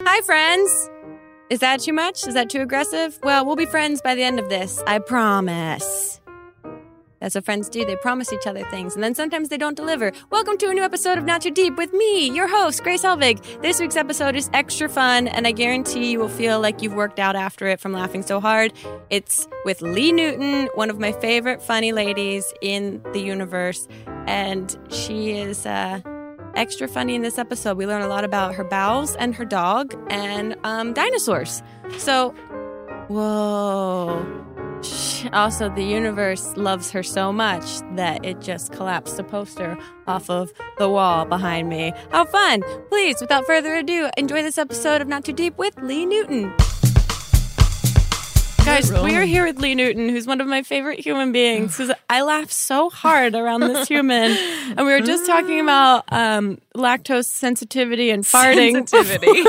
Bye, friends. Is that too much? Is that too aggressive? Well, we'll be friends by the end of this. I promise. That's what friends do. They promise each other things, and then sometimes they don't deliver. Welcome to a new episode of Not Too Deep with me, your host, Grace Helvig. This week's episode is extra fun, and I guarantee you will feel like you've worked out after it from laughing so hard. It's with Lee Newton, one of my favorite funny ladies in the universe, and she is uh, extra funny in this episode. We learn a lot about her bowels and her dog and um, dinosaurs. So, whoa. Shh. Also, the universe loves her so much that it just collapsed a poster off of the wall behind me. How fun! Please, without further ado, enjoy this episode of Not Too Deep with Lee Newton. Guys, we are here with Lee Newton, who's one of my favorite human beings. Because I laugh so hard around this human, and we were just talking about um, lactose sensitivity and farting. Sensitivity.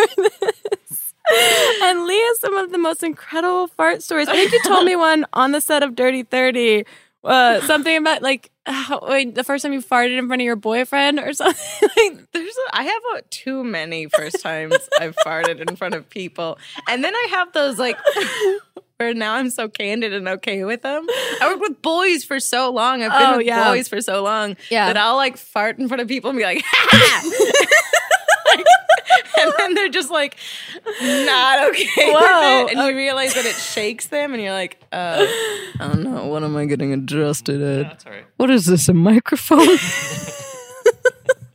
and Lee has some of the most incredible fart stories. I think you told me one on the set of Dirty Thirty, uh, something about like how, wait, the first time you farted in front of your boyfriend or something. like, There's a, I have uh, too many first times I've farted in front of people, and then I have those like where now I'm so candid and okay with them. I worked with boys for so long. I've been Oh, with yeah. boys for so long Yeah. that I'll like fart in front of people and be like, ha! Like, and then they're just like not okay. Whoa. with it. and you realize that it shakes them, and you're like, uh, I don't know, what am I getting adjusted at? That's all right. What is this, a microphone?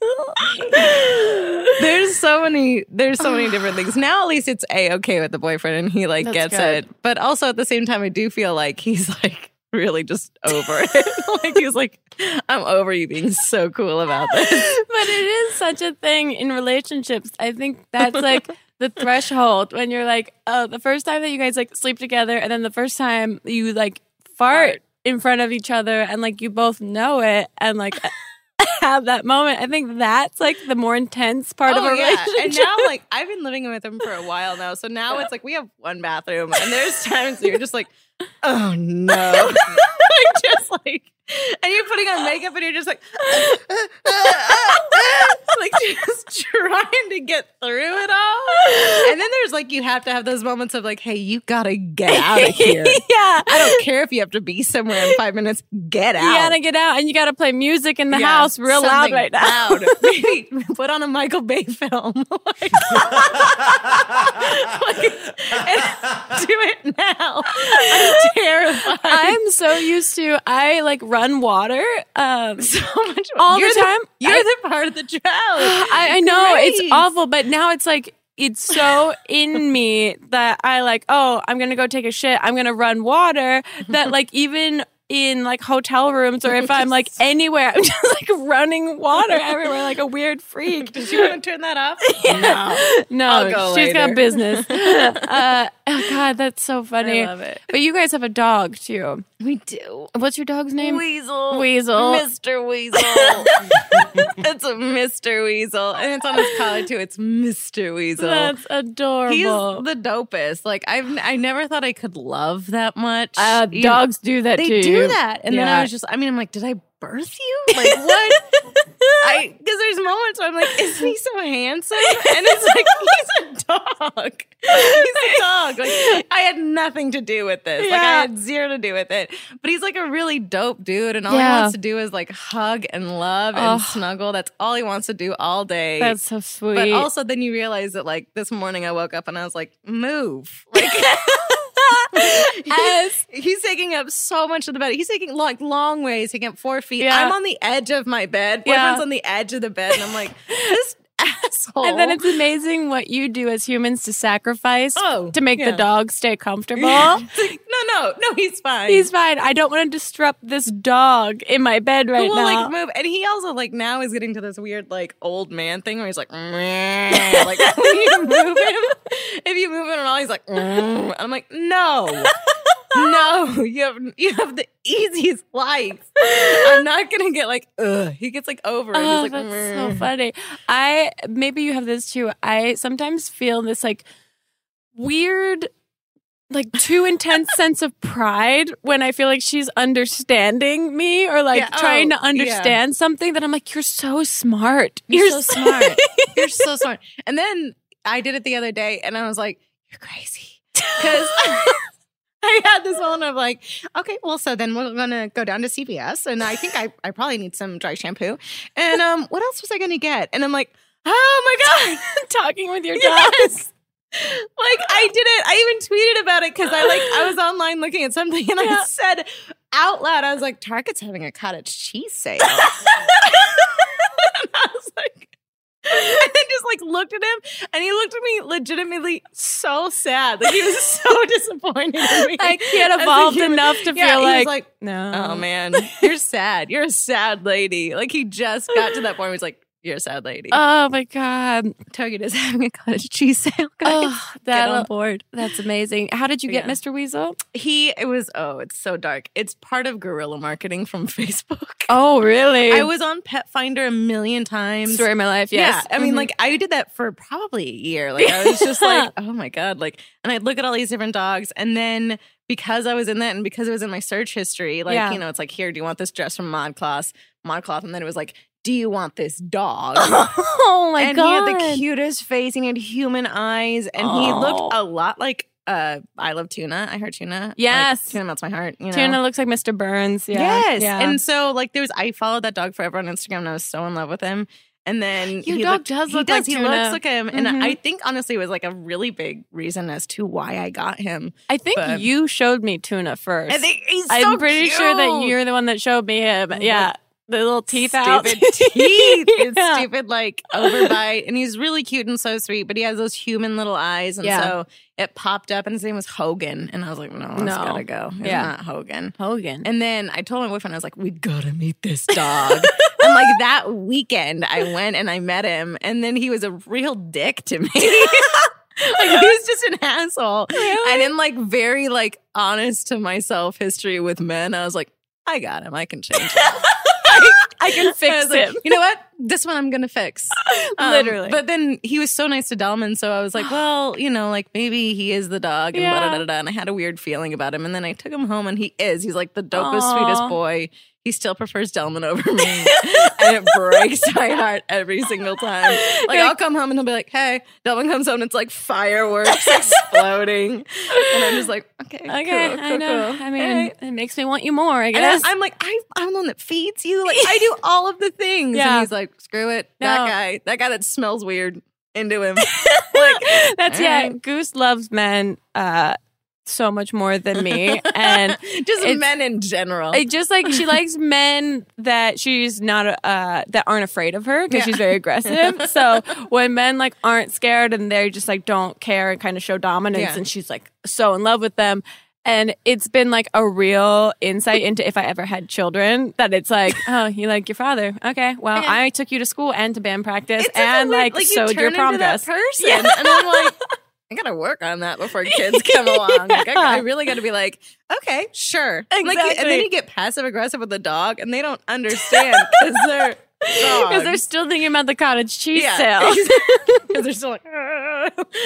there's so many there's so many different things. Now at least it's a okay with the boyfriend and he like That's gets good. it. But also at the same time I do feel like he's like really just over it. like he's like I'm over you being so cool about this. but it is such a thing in relationships. I think that's like the threshold when you're like, oh, the first time that you guys like sleep together, and then the first time you like fart, Fart. in front of each other, and like you both know it, and like. Have that moment. I think that's like the more intense part of a relationship. Oh, And now like I've been living with him for a while now. So now it's like we have one bathroom and there's times that you're just like, oh no. like just like and you're putting on makeup and you're just like like just trying to get through it all. And then there's like you have to have those moments of like, hey, you gotta get out of here. yeah. I don't care if you have to be somewhere in five minutes, get out. You gotta get out and you gotta play music in the Yeah, house real loud something right now. loud. Maybe put on a Michael Bay film. Like- like, and do it now. I'm terrified. I'm so used to I like run water. Um, so much all the you're time? You're I- the part of the drought. I, I know Grace. it's awful, but now it's like it's so in me that I like, oh, I'm gonna go take a shit, I'm gonna run water that like even in like hotel rooms or if I'm like anywhere, I'm just like running water everywhere like a weird freak. Did you want to turn that off? No, go she's got later. business. uh, oh God, that's so funny. love it. But you guys have a dog too. We do. What's your dog's name? Weasel. Weasel. Mr. Weasel. it's a Mr. Weasel. And it's on his collar too. It's Mr. Weasel. That's adorable. Uh, He's the dopest. Like I've I never thought I could love that much. uh, You- dogs do that They to do you. that. And then Yeah. I was just I mean I'm like, did I birth you? Like what? I because there's moments where I'm like, isn't he so handsome? And it's like he's a dog. He's a dog. Like I had nothing to do with this. Like Yeah. I had zero to do with it. But he's like a really dope dude, and all Yeah. he wants to do is like hug and love Ugh. and snuggle. That's all he wants to do all day. That's so sweet. But also, then you realize that, like, this morning I woke up and I was like, move. Like, Yes. he's, he's taking up so much of the bed. He's taking like long ways, taking up four feet. Yeah. I'm on the edge of my bed. Yeah. Boyfriend's on the edge of the bed. And I'm like, this asshole. and then it's amazing what you do as humans to sacrifice Oh, to make yeah. the dog stay comfortable. It's like, no, no, no, he's fine. He's fine. I don't want to disrupt this dog in my bed right He will now. like move, and he also like now is getting to this weird like old man thing where he's like, "Meh." like when you move him, if you move him at all, he's like, "Mm." I'm like, no, no, you have you have the easiest life. I'm not gonna get like, ugh. He gets like over it. Oh, he's like, "Mm." that's "Meh." so funny. I maybe you have this too. I sometimes feel this like weird, like too intense sense of pride when I feel like she's understanding me or like Yeah, oh, trying to yeah. understand something that I'm like, you're so smart. You're, so smart. You're so smart. And then I did it the other day and I was like, you're crazy. Because I had this moment of like, okay, well, so then we're going to go down to CVS and I think I, I probably need some dry shampoo. And um, what else was I going to get? And I'm like, oh my God. Talking with your dog. Yes. Like I did it. I even tweeted about it because I like I was online looking at something and Yeah. I said out loud, I was like, Target's having a cottage cheese sale. and I was like, and then just like looked at him and he looked at me legitimately so sad. Like he was so disappointed in me. I can't As a evolved human. enough to Yeah, feel he was like, like, no. Oh man, you're sad. You're a sad lady. Like he just got to that point where he's like, You're a sad lady. Oh my god. Target is having a cottage cheese sale, guys. Oh, Get on that board. Oh, that's amazing. How did you get Yeah. Mr. Weasel? He it was oh, it's so dark. It's part of guerrilla marketing from Facebook. Oh, really? I was on Pet Finder a million times. story of my life. Yes. Yeah, I mean, Mhm. like I did that for probably a year. Like I was just like, oh my god, like, and I'd look at all these different dogs, and then because I was in that, and because it was in my search history, like Yeah. you know, it's like, here, do you want this dress from Mod Class, Mod Cloth, and then it was like, do you want this dog? oh my and god. he had the cutest face, and he had human eyes, and he Oh. looked a lot like uh, I love tuna. I heard tuna. Like, Yes. tuna melts my heart. You know? Tuna looks like Mr. Burns. Yeah. Yes. Yeah. And so like there was I followed that dog forever on Instagram and I was so in love with him. And then Your he dog looked, does he look like does, he Tuna. looks like him. Mhm. And I think honestly it was like a really big reason as to why I got him. I think but- you showed me Tuna first. I think he's I'm so pretty sure that cute. you're the one that showed me him. Oh, yeah. The little teeth out. Stupid teeth. His Yeah. stupid like overbite. And he's really cute and so sweet, but he has those human little eyes. And Yeah. so it popped up and his name was Hogan. And I was like, no, it's No. gotta go. It's Yeah. not Hogan. Hogan. And then I told my boyfriend, I was like, we gotta meet this dog. and like that weekend, I went and I met him, and then he was a real dick to me. like he was just an asshole. And in like very like honest to myself history with men, I was like, I got him. I can change him. I can I fix was like, him. you know what? This one I'm gonna fix. Um, Literally. But then he was so nice to Delman, so I was like, well, you know, like maybe he is the dog and Yeah. da da da da. And I had a weird feeling about him. And then I took him home and he is. He's like the dopest, Aw. sweetest boy. He still prefers Delman over me. and it breaks my heart every single time. Like, You're I'll like- come home and he'll be like, hey, Delman comes home and it's like fireworks exploding. and I'm just like, okay, Okay, cool, I cool, know. cool. I mean, Hey. it makes me want you more. I And I- guess. I'm like, I, I'm the one that feeds you. Like, I do all of the things. Yeah. And he's like, screw it. No. That guy, that guy that smells weird, into him. That's All yeah. right. Goose loves men uh, so much more than me, and Just It's- men in general. it just like she likes men that she's not uh, that aren't afraid of her because Yeah. she's very aggressive. so when men like aren't scared and they just like don't care and kind of show dominance, Yeah. and she's like so in love with them. And it's been like a real insight into if I ever had children that it's like, oh, you like your father. Okay. Well, Yeah. I took you to school and to band practice It's such a and weird- like, you sewed turn your prom into that dress. person. And I'm like, I gotta work on that before kids come along. Like, I, I really gotta be like, okay, sure. Like, you- and Exactly. then you get passive aggressive with the dog, and they don't understand because they're Because they're dogs. still thinking about the cottage cheese Yeah, sale. because they're still like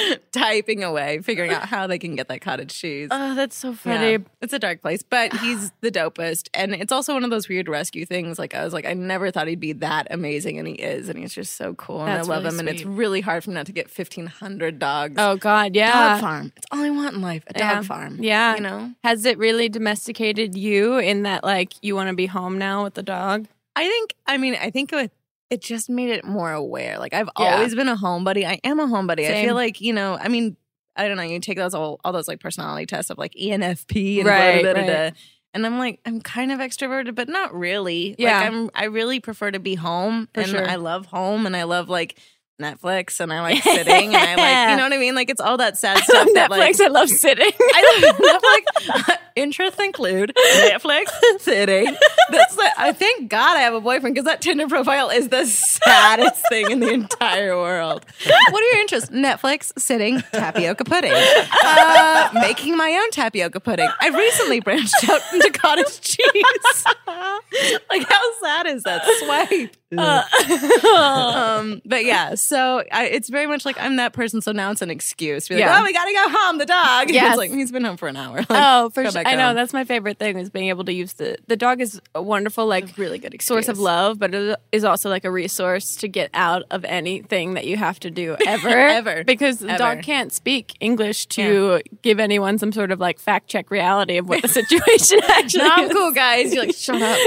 typing away, figuring out how they can get that cottage cheese. Oh, that's so Yeah. funny. It's a dark place, but he's the dopest. And it's also one of those weird rescue things. Like, I was like, I never thought he'd be that amazing, and he is. And he's just so cool. And That's I love really him. And it's sweet. really hard for him not to get 1,500 dogs. Oh God, Dog yeah. farm. It's all I want in life a dog Yeah. farm. Yeah. You know? Has it really domesticated you in that like you want to be home now with the dog? I think, I mean, I think it, it just made it more aware. Like, I've Yeah. always been a homebody. I am a homebody. I Same. feel like, you know, I mean, I don't know. You take those all, all those like personality tests of like E ENFP and Right, blah, blah, blah, blah, right. blah. And I'm like, I'm kind of extroverted, but not really. Yeah. Like, I'm, I really prefer to be home. For and sure. I love home and I love like Netflix and I like sitting and I like, you know what I mean? Like, it's all that sad stuff that like, I love sitting. I love Netflix. Interests include Netflix, sitting. That's the, I thank God I have a boyfriend because that Tinder profile is the saddest thing in the entire world. What are your interests? Netflix, sitting, tapioca pudding, uh, making my own tapioca pudding. I recently branched out into cottage cheese. like how that is that swipe. Uh, um, but yeah, so I, it's very much like I'm that person. So now it's an excuse. Be like, Yeah. oh, we gotta go home. The dog. Yeah, Yes. It's like he's been home for an hour. Like, oh, for go sure. back I know home. that's my favorite thing is being able to use the the dog is a wonderful like really good excuse. source of love, but it is also like a resource to get out of anything that you have to do ever. Ever. Because the dog Ever. can't speak English to give anyone some sort of like fact check reality of what the situation actually No, I'm is. cool, guys. You're like, shut up.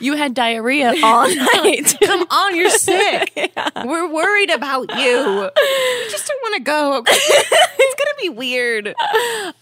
You had diarrhea all night. Come on, you're sick. We're worried about you. We just don't want to go. it's gonna be weird.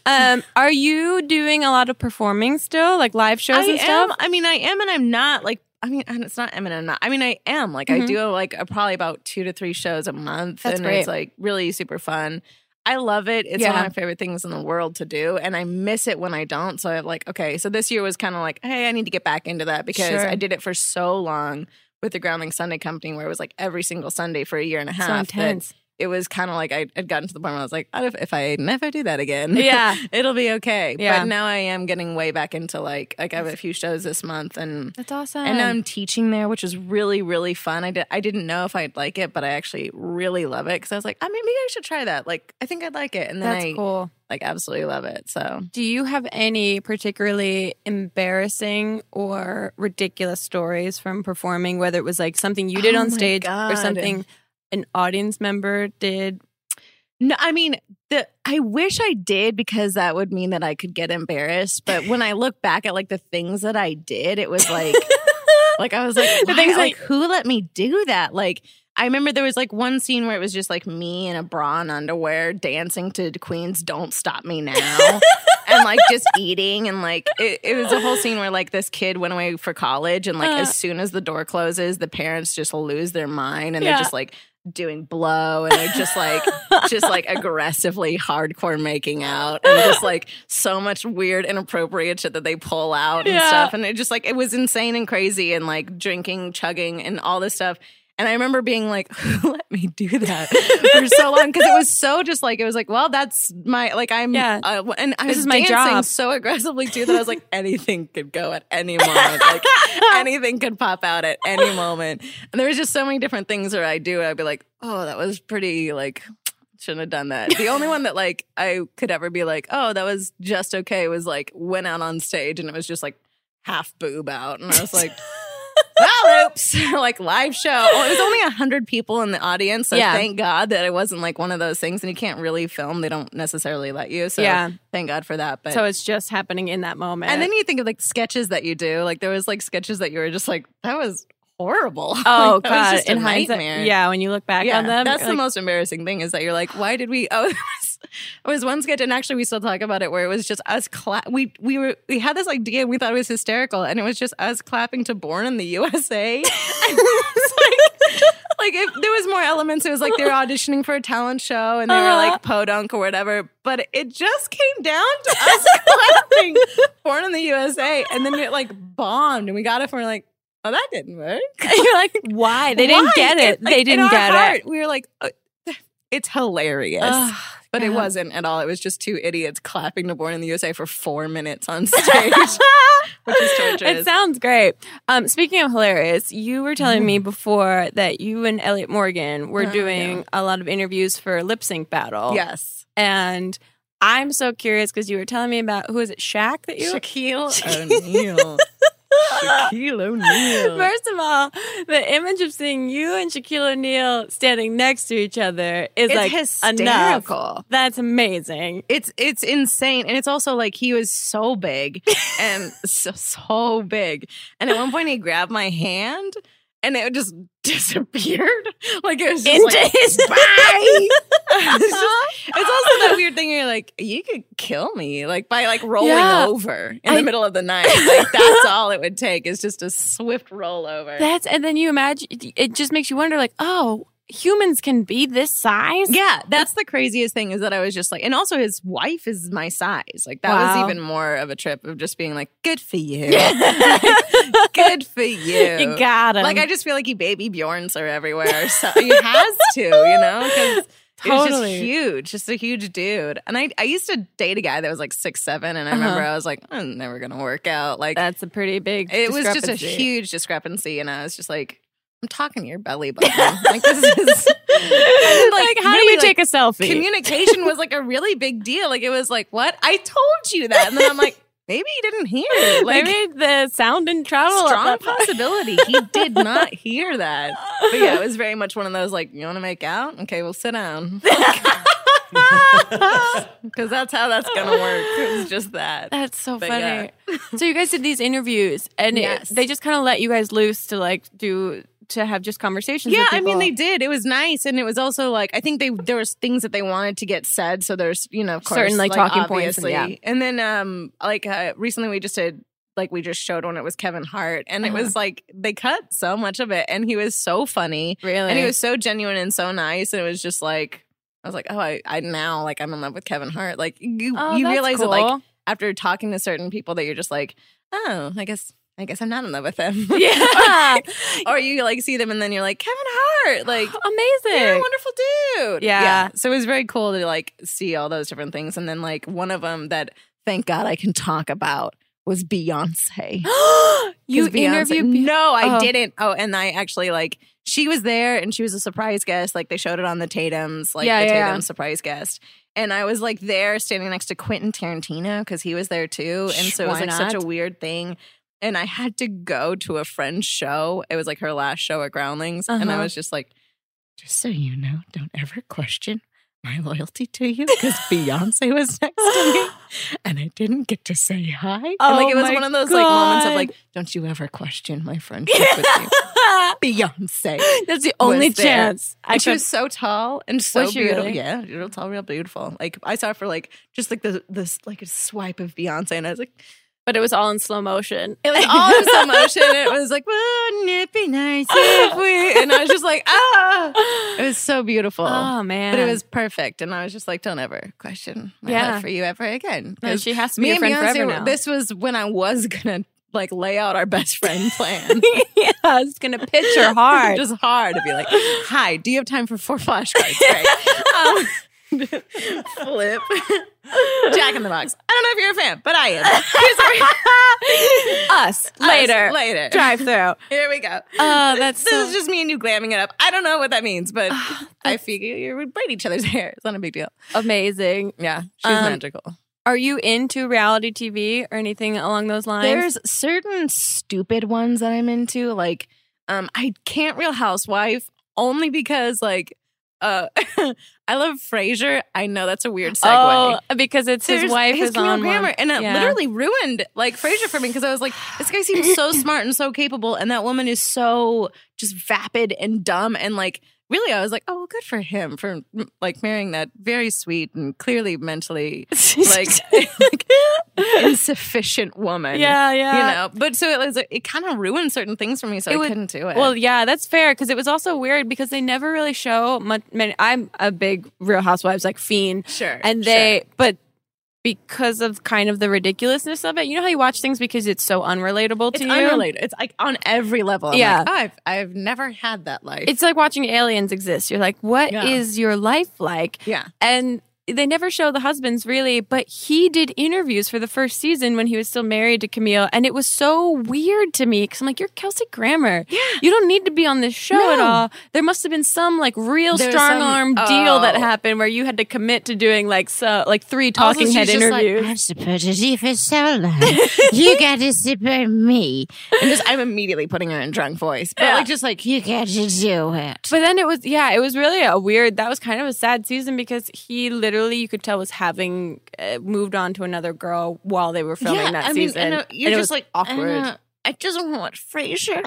um, are you doing a lot of performing still, like live shows I and stuff? am. I mean, I am, and I'm not. Like, I mean, and it's not am and I'm not. I mean, I am. Like, I do like a, probably about two to three shows a month, Mm-hmm. That's and great. it's like really super fun. I love it. It's one Yeah. of my favorite things in the world to do, and I miss it when I don't. So I'm like, okay. So this year was kind of like, hey, I need to get back into that because Sure. I did it for so long with the Groundling Sunday Company, where it was like every single Sunday for a year and a half. so that intense. It was kind of like I had gotten to the point where I was like, "What if, if I never do that again, yeah. it'll be okay. Yeah. But now I am getting way back into like like I have a few shows this month and That's awesome. and now I'm teaching there, which is really really fun. I did I didn't know if I'd like it, but I actually really love it because I was like, I mean, maybe I should try that. Like I think I'd like it, and then That's I cool. like absolutely love it. So Do you have any particularly embarrassing or ridiculous stories from performing, whether it was like something you did Oh on my stage or God. something an audience member did? No, I mean, the I wish I did because that would mean that I could get embarrassed. But when I look back at like the things that I did, it was like, like I was like, The the things things that- like who let me do that? Like I remember there was like one scene where it was just like me in a bra and underwear dancing to Queen's "Don't Stop Me Now." And like just eating, and like it, it was a whole scene where like this kid went away for college, and like Uh. as soon as the door closes, the parents just lose their mind and Yeah. they're just like doing blow, and they're just like just like aggressively hardcore making out and just like so much weird inappropriate shit that they pull out and Yeah. stuff and it just like it was insane and crazy and like drinking chugging and all this stuff and i remember being like who let me do that for so long because it was so just like it was like well that's my like i'm Yeah. uh, and i This was is my dancing job. so aggressively too that i was like anything could go at any moment like anything could pop out at any moment and there was just so many different things where i do and i'd be like oh that was pretty like shouldn't have done that. The only one that like I could ever be like, oh, that was just okay was like went out on stage and it was just like half boob out. And I was like, well, oops, like live show. Oh, it was only 100 people in the audience. So Yeah. thank God that it wasn't like one of those things. And you can't really film, they don't necessarily let you. So Yeah. thank God for that. But So it's just happening in that moment. and then you think of like sketches that you do. Like there was like sketches that you were just like, that was horrible. oh Like, that was god, just a in hindsight, nightmare. yeah, when you look back on them, That's you're the like, most embarrassing thing is that you're like, why did we? Oh, it was, it was one sketch, and actually we still talk about it, where it was just us clap. We we were we had this idea, and we thought it was hysterical, and it was just us clapping to "Born in the USA." And it was like, like if there was more elements, it was like they were auditioning for a talent show, and they Uh-huh. were like podunk or whatever. But it just came down to us clapping "Born in the USA," and then it like bombed, and we got it, and we're like, oh, that didn't work. you're like, why they didn't Why? get it? like, they in didn't our get heart, it. We were like, uh, it's hilarious. Ugh, but it God. wasn't at all. It was just two idiots clapping to Born in the USA for four minutes on stage, which is It torturous. sounds great. Um, speaking of hilarious, you were telling me before that you and Elliot Morgan were Mm-hmm. Oh, doing a lot of interviews for Lip Sync Battle. yes. And I'm so curious because you were telling me about who is it, Shaq that you Shaquille O'Neal. Shaquille O'Neal. First of all, the image of seeing you and Shaquille O'Neal standing next to each other is It's like enough. hysterical. That's amazing. It's it's insane, and it's also like he was so big and so, so big. And at one point, he grabbed my hand, and it just disappeared. Like it was just Into like, his bye. it's, just- it's also that weird thing where you're like, you could kill me, like by like rolling Yeah. over in I- the middle of the night. Like that's all it would take is just a swift rollover. That's and then you imagine it just makes you wonder like, oh, humans can be this size? yeah, that's the craziest thing is that I was just like, and also his wife is my size. Like that Wow. was even more of a trip of just being like, good for you, Good. good for you. You got him. like I just feel like he baby Bjorns her everywhere. So he has to, you know, because He was just Totally. huge, just a huge dude. And I, I used to date a guy that was like six seven, and I remember Uh-huh. I was like, I'm never gonna work out. Like That's a pretty big. it was just a discrepancy. huge discrepancy, and I was just like, I'm talking to your belly button. like this is like, like, how do really, we like, take a selfie? communication was like a really big deal. Like it was like, what? I told you that, and then I'm like, maybe you didn't hear. Like Maybe the sound didn't travel. up strong that far. possibility he did not hear that. But yeah, it was very much one of those like, you want to make out? Okay, well, sit down. Because that's how that's going to work. It's just that. That's so But funny. so you guys did these interviews, and it- Yes. they just kind of let you guys loose to like do to have just conversations. Yeah, with I mean people. they did. It was nice, and it was also like I think they there was things that they wanted to get said. So there's you know of course, Certain, like, talking points and- obviously. And then um like uh, recently we just did like we just showed one. It was Kevin Hart, and Uh-huh. it was like they cut so much of it, and he was so funny, really. and he was so genuine and so nice, and it was just like. I was like, oh, I, I now like I'm in love with Kevin Hart. Like you, Oh, you that's realize that like cool. after talking to certain people that you're just like, oh, I guess I guess I'm not in love with him. yeah, or you like see them and then you're like Kevin Hart, like amazing. you're a wonderful dude. Yeah. So it was very cool to like see all those different things, and then like one of them that thank God I can talk about was Beyonce. 'Cause you Beyonce- interviewed Beyonce. No, I Oh. didn't. Oh, and I actually like she was there and she was a surprise guest. Like they showed it on the Tatum's, like Yeah, the yeah, yeah. Tatum surprise guest. And I was like there standing next to Quentin Tarantino because he was there too. And Sh- so it was why like such a not? weird thing. And I had to go to a friend's show. It was like her last show at Groundlings. And I Uh-huh. was just like, just so you know, don't ever question my loyalty to you because Beyonce was next to me and I didn't get to say hi. Oh and like it was my one of those like moments of God. like, don't you ever question my friendship with you, Beyonce. That's the only there. chance I And she could. was so tall and so she beautiful. really? Yeah, real tall, real beautiful. Like I saw her for like just like the this like a swipe of Beyonce, and I was like, But it was all in slow motion. it was all in slow motion. It was like, wouldn't it be nice if we? And I was just like, ah, it was so beautiful. Oh man! But it was perfect, and I was just like, "Don't ever question my Yeah. love for you ever again." No, 'Cause she has to be your friend forever now. This was when I was gonna like lay out our best friend plan. yeah, I was gonna pitch her hard. just hard to be like, "Hi, do you have time for four flashcards?" Right? um, flip. Jack in the Box. I don't know if you're a fan, but I am. Here's our- us later, Us, later. drive through. Here we go. Oh, that's this so is just me and you glamming it up. I don't know what that means, but I figure you would braid each other's hair. It's not a big deal. amazing. Yeah, she's Um, magical. Are you into reality TV or anything along those lines? There's certain stupid ones that I'm into. Like, um, I can't Real Housewife only because like, uh, I love Frasier. I know that's a weird segue. Oh, because it's his There's- wife is Camille on Grammer, one. and it Yeah. literally ruined like Frasier for me because I was like, this guy seems so smart and so capable, and that woman is so just vapid and dumb and like. Really, I was like, "Oh, well, good for him for mm, like marrying that very sweet and clearly mentally like, like insufficient woman." yeah, yeah. you know. But so it was, it kind of ruined certain things for me, so It I would- couldn't do it. Well, yeah, that's fair because it was also weird because they never really show much. Many, I'm a big Real Housewives like fiend, sure, and they but because of kind of the ridiculousness of it, you know how you watch things because it's so unrelatable it's to you. unrelated. It's like on every level. I'm Yeah. like, oh, I've I've never had that life. It's like watching aliens exist. You're like, what is Yeah. your life like? yeah, And they never show the husbands really, but he did interviews for the first season when he was still married to Camille, and it was so weird to me because I'm like, you're Kelsey Grammer. Yeah, you don't need to be on this show at No. all. There must have been some like real There's strong arm some- deal that oh. happened where you had to commit to doing like so like three talking Also, head she's just like, interviews. I've supported you for so long. you got to support me. and just I'm immediately putting her in drunk voice, but Yeah. like just like You got to do it. but then it was yeah, it was really a weird. That was kind of a sad season because he literally you could tell was having uh, moved on to another girl while they were filming yeah, that I mean, season. I know, you're and it just was like awkward. I, know, I just want Frasier.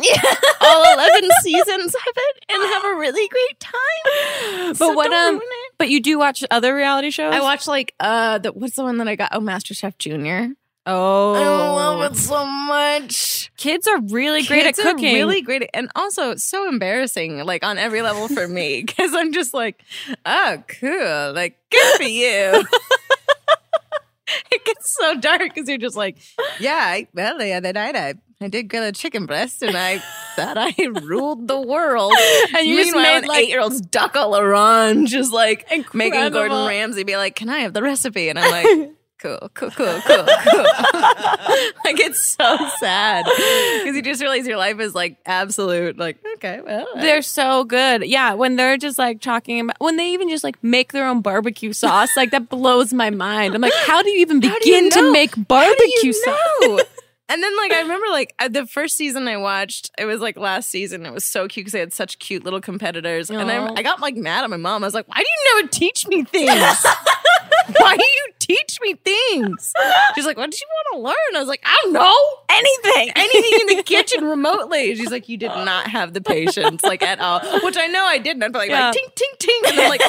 all eleven seasons of it, and have a really great time. But So what um? don't ruin it. But you do watch other reality shows. I watched like uh, the, what's the one that I got? Oh, MasterChef Junior. Oh, I love it so much. Kids are really great Kids at are cooking. really great, at- and also it's so embarrassing, like on every level for me, because I'm just like, oh, cool, like good for you. it gets so dark because you're just like, yeah, I, well, the other night I I did grilled chicken breast, and I that. I ruled the world. And you just Meanwhile, made, an like- eight-year-old duck a l'orange is like making Incredible. Gordon Ramsay be like, "Can I have the recipe?" And I'm like. Cool, cool, cool, cool, cool. like it's so sad because you just realize your life is like absolute. Like okay, well, They're so good. Yeah, when they're just like talking about when they even just like make their own barbecue sauce, like that blows my mind. I'm like, how do you even begin do you to know? make How do barbecue you sauce? know? and then like I remember like at the first season I watched, it was like last season. It was so cute because they had such cute little competitors, and I, Aw. I got like mad at my mom. I was like, "Why do you never teach me things? Why do you teach me things?" She's like, "What did you want to learn?" I was like, "I don't know." Anything. Anything in the kitchen remotely. She's like, you did not have the patience, like at all. Which I know I didn't. I'd be like, Yeah. like tink, tink, tink, and then like,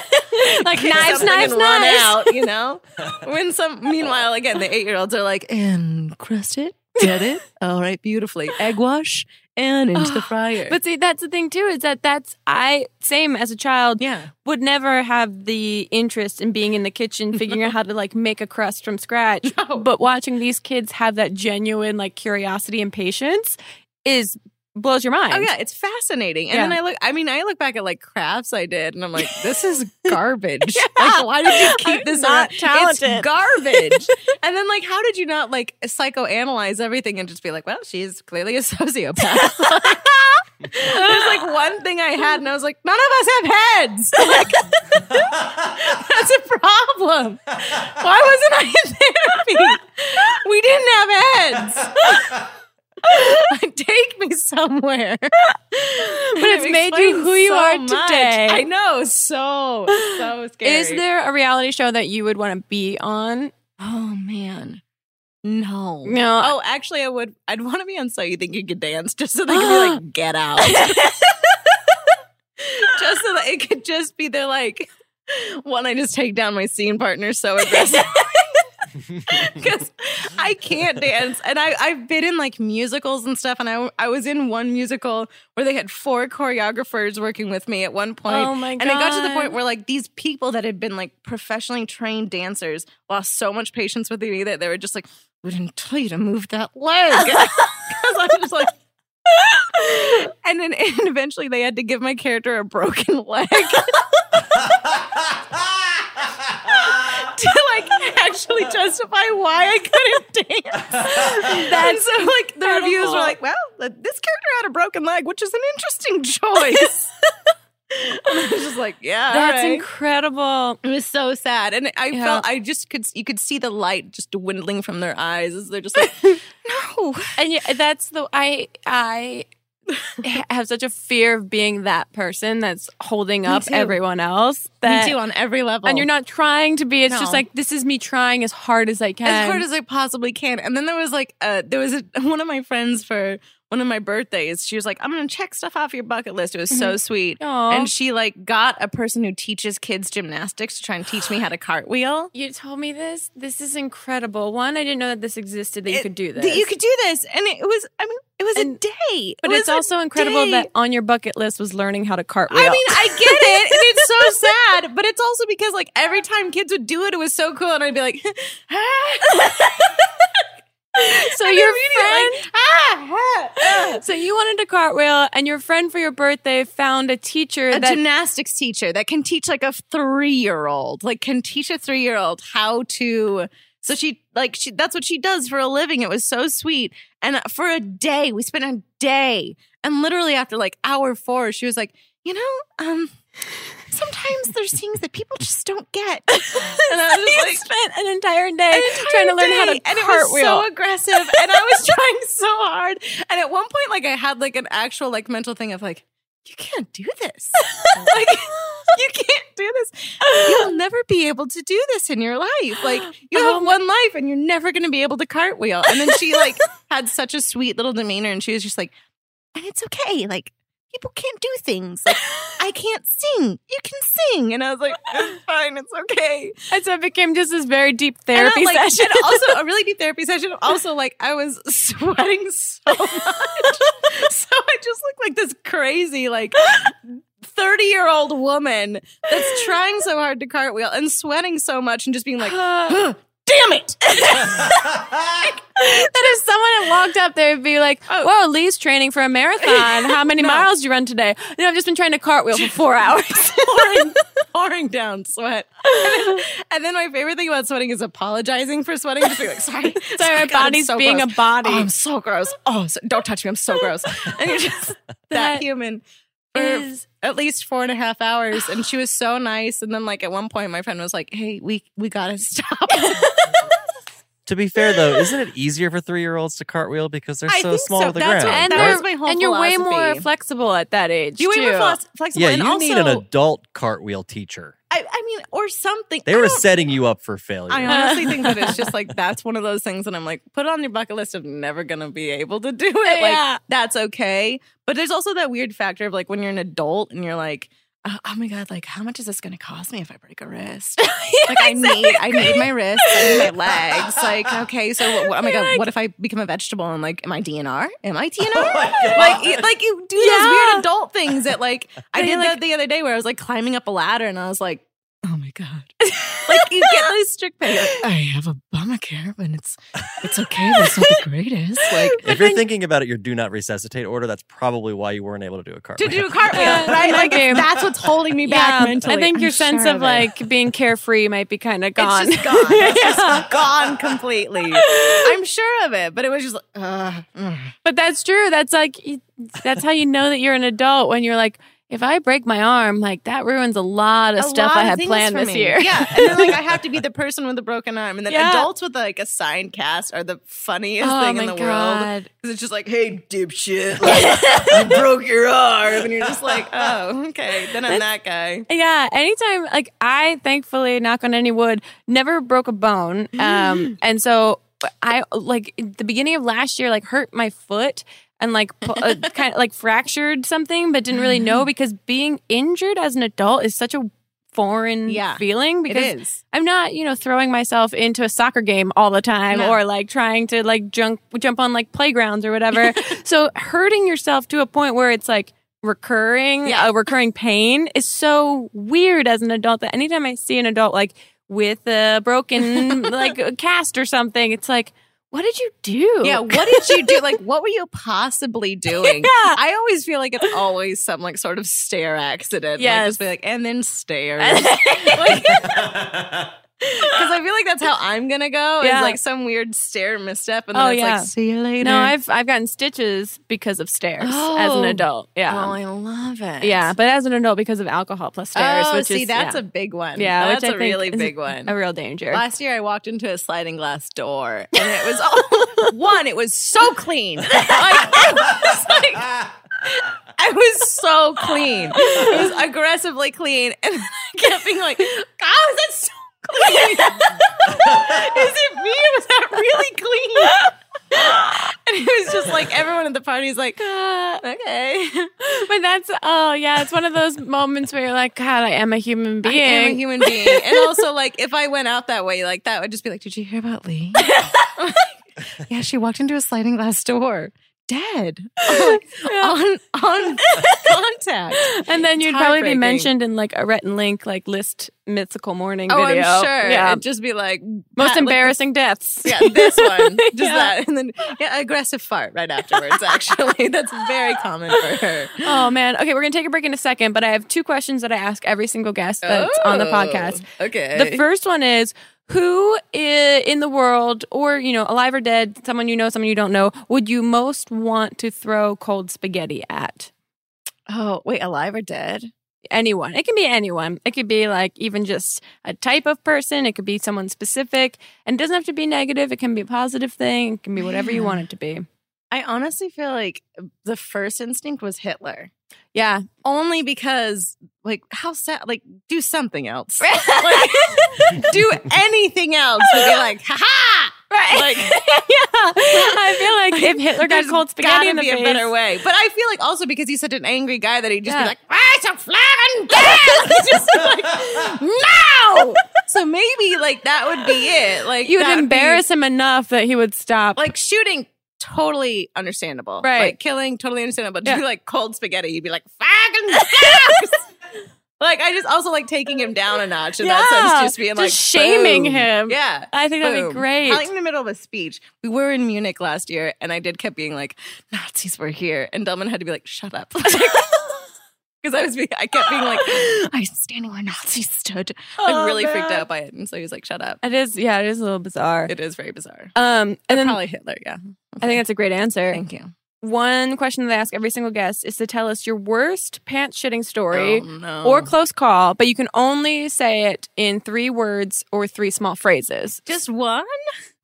like knives, knives, run knives. out. You know. When some, meanwhile, again, the eight-year-olds are like, and crust it, get it, all right, beautifully, egg wash, and into the fryer. But see, that's the thing too, is that that's I same as a child yeah, would never have the interest in being in the kitchen figuring out how to like make a crust from scratch. But watching these kids have that genuine like curiosity and patience is blows your mind. Oh yeah, it's fascinating. And Yeah. then I look I mean, I look back at like crafts I did and I'm like, this is garbage. Like why did you keep I'm this not around? talented. It's garbage. and then like how did you not like psychoanalyze everything and just be like, well, she's clearly a sociopath. There's like one thing I had and I was like, none of us have heads. Like that's a problem. Why wasn't I in therapy? We didn't have heads. Take me somewhere. But it's made you who you are today. I know, so so scary. Is there a reality show that you would want to be on? Oh man, no, No. Oh, actually, I would. I'd want to be on So You Think You Could Dance, just so they could be like, get out. just so that it could just be they're like, one, I just take down my scene partner so aggressively. Because I can't dance, and I I've been in like musicals and stuff, and I I was in one musical where they had four choreographers working with me at one point. Oh, my And I got to the God. point where like these people that had been like professionally trained dancers lost so much patience with me that they were just like, "We didn't tell you to move that leg," because I'm just like. And then and eventually they had to give my character a broken leg to like actually justify why I couldn't dance. and so like the reviews incredible. were like, well, th- this character had a broken leg, which is an interesting choice. and I was just like, yeah, That's alright. incredible. It was so sad, and I Yeah. felt I just could you could see the light just dwindling from their eyes as they're just like, no, And yeah, that's the I I have such a fear of being that person that's holding up too. everyone else. That, on every level, And you're not trying to be. It's just No. like this is me trying as hard as I can. as hard as I possibly can. And then there was like uh, there was a, one of my friends for one of my birthdays. She was like, I'm gonna check stuff off your bucket list. It was so sweet, Mm-hmm. Aw. and she like got a person who teaches kids gymnastics to try and teach me how to cartwheel. you told me this. This is incredible. One, I didn't know that this existed. That you could do this. That you could do this, and it was I mean it was a And- day, but It it's was a also incredible day. that on your bucket list was learning how to cartwheel. I mean, I get it. And it's so sad, but it's also because like every time kids would do it, it was so cool, and I'd be like, so your friend. like, ah, ah, ah. so you wanted to cartwheel, and your friend for your birthday found a teacher A that gymnastics teacher that can teach like a three-year-old, like can teach a three-year-old how to. So she like she that's what she does for a living. It was so sweet, and for a day we spent a day, and literally after like hour four, she was like, you know, um, sometimes there's things that people just don't get, and I was you just like, spent an entire day entire trying to learn how to day, and cartwheel. it was so aggressive and i was trying so hard and at one point like i had like an actual like mental thing of like you can't do this like you can't do this you'll never be able to do this in your life like you Oh have my- one life and you're never going to be able to cartwheel and then she like had such a sweet little demeanor and she was just like and it's okay like people can't do things like i can't sing you can sing and i was like it's fine it's okay and so it became just this very deep therapy and I, like, session. And also a really deep therapy session. Also, like I was sweating so much. so I just looked like this crazy, like 30 year old woman that's trying so hard to cartwheel and sweating so much and just being like, Uh, damn it. that if someone had walked up, they would be like, Oh. "Whoa, Lee's training for a marathon. How many miles did you run today? No, I've just been trying to cartwheel for four hours." pouring, pouring down sweat. And then, and then my favorite thing about sweating is apologizing for sweating. Just being like, sorry, Sorry, my God, I'm body's so being gross. a body. Oh, I'm so gross. Oh, so, don't touch me. I'm so gross. And you're just that, That human for is- at least four and a half hours. And she was so nice. And then, like at one point, my friend was like, "Hey, we we gotta stop." To be fair, though, isn't it easier for three year olds to cartwheel because they're I so think small so. to the That's what- ground? that right? was my whole and you're way more philosophy. flexible at that age. You too. way more flex- flexible. yeah, and you also, need an adult cartwheel teacher. I, I mean, or something. They I were don't- setting you up for failure. I honestly think that it's just like that's one of those things that I'm like, put on your bucket list of never gonna be able to do it. Yeah. Like that's okay. But there's also that weird factor of like when you're an adult and you're like, oh, oh my god, like how much is this gonna cost me if I break a wrist? like I need, I need my wrist, I need my legs. Like okay, so what, what- oh my god, what if I become a vegetable and like am I DNR? Am I DNR? like you- like you do those Yeah. weird adult things that like I They, did like- that the other day where I was like climbing up a ladder and I was like. Oh my god! Like you get those strict pay. Like, I have Obamacare, and it's it's okay. But it's not the greatest. Like if you're thinking about it, your do not resuscitate order, that's probably why you weren't able to do a to cartwheel. do a cartwheel, Yeah, but I it like might be. that's what's holding me back Yeah, mentally. I think I'm your sense sure of it. like being carefree might be kind of gone. It's just gone. It's just gone completely. I'm sure of it, but it was just like, uh, mm. But that's true. That's like you- that's how you know that you're an adult when you're like, if I break my arm, like that ruins a lot of A stuff lot I of had things planned for this me. year. Yeah, and then like I have to be the person with the broken arm, and then Yeah. adults with like a signed cast are the funniest Oh thing my in the world. god. Because it's just like, hey, dipshit, like, you broke your arm. And you're just like, oh, okay, then I'm that guy. Yeah, anytime like I thankfully knock on any wood never broke a bone. Mm. Um and so I like the beginning of last year like hurt my foot and like pu- uh, kind of like fractured something but didn't really Mm-hmm. know because being injured as an adult is such a foreign Yeah, feeling It because is. I'm not, you know, throwing myself into a soccer game all the time No. or like trying to like jump jump on like playgrounds or whatever. so hurting yourself to a point where it's like recurring, Yeah. a recurring pain is so weird as an adult that anytime I see an adult like with a broken like a cast or something, it's like, what did you do? Yeah, what did you do? Like, what were you possibly doing? Yeah. I always feel like it's always some like sort of stair accident. Yes. Yeah, Like, just be like, and then stairs. Because I feel like that's how I'm gonna go. Yeah. Is like some weird stair misstep, and then Oh, it's yeah. like, see you later. No, I've I've gotten stitches because of stairs as an Oh. adult. Yeah. Oh, I love it. yeah, but as an adult because of alcohol plus stairs, Oh, which see, is that's yeah, a big one. Yeah, which that's I a think really is big one. a real danger. Last year, I walked into a sliding glass door, and it was all one. It was so clean. Like, it was like- I was so clean. It was aggressively clean, and I kept being like, "God, is that so clean? is it me? or Was that really clean?" And it was just like everyone at the party's like, "Ah, "Okay, But that's oh yeah, it's one of those moments where you're like, God, I am a human I being. am a human being." And also, like, if I went out that way, like that would just be like, "Did you hear about Lee?" yeah, she walked into a sliding glass door, dead on on contact. and then It's you'd probably be heartbreaking. mentioned in like a Rhett and Link like list mythical morning Oh, video. I'm sure. Yeah. It'd just be like Most pat- embarrassing deaths. Like, yeah, this one, just Yeah. that, and then yeah, aggressive fart right afterwards. Actually, that's very common for her. Oh man. Okay, we're gonna take a break in a second, but I have two questions that I ask every single guest that's on the Oh, podcast. Okay. The first one is who i- in the world, or you know, alive or dead, someone you know, someone you don't know, would you most want to throw cold spaghetti at? oh wait, alive or dead? anyone. It can be anyone. It could be like even just a type of person. It could be someone specific and it doesn't have to be negative. It can be a positive thing. It can be whatever you want it to be. I honestly feel like the first instinct was Hitler, Yeah. only because like how sad. Like do something else. right. do anything else would be like, ha ha. Like, yeah. I feel like if Hitler got there's cold spaghetti gotta in the be face, a better way. But I feel like also because he's such an angry guy that he'd just Yeah. be like, "Why so flagging down?" just like, no. So maybe like that would be it. Like you would that'd be- embarrass him enough that he would stop. like shooting. Totally understandable, Right. Like killing, totally understandable. But to Yeah. do like cold spaghetti, you'd be like, "Fucking Like I just also like taking him down a notch in that Yeah. sense, just being like Just shaming boom. him. Yeah. I think that'd Boom. be great. I like in the middle of a speech. We were in Munich last year, and I did kept being like, "Nazis were here," and Delman had to be like, "Shut up," because I was being, I kept being like, "I'm standing where Nazis stood." Oh, I'm really freaked man. out by it, and so he was like, "Shut up." It is, yeah, it is a little bizarre. It is very bizarre. Um, and then Probably Hitler. Yeah, I think that's a great answer. thank you. One question that I ask every single guest is to tell us your worst pants shitting story Oh, no. or close call, but you can only say it in three words or three small phrases. just one.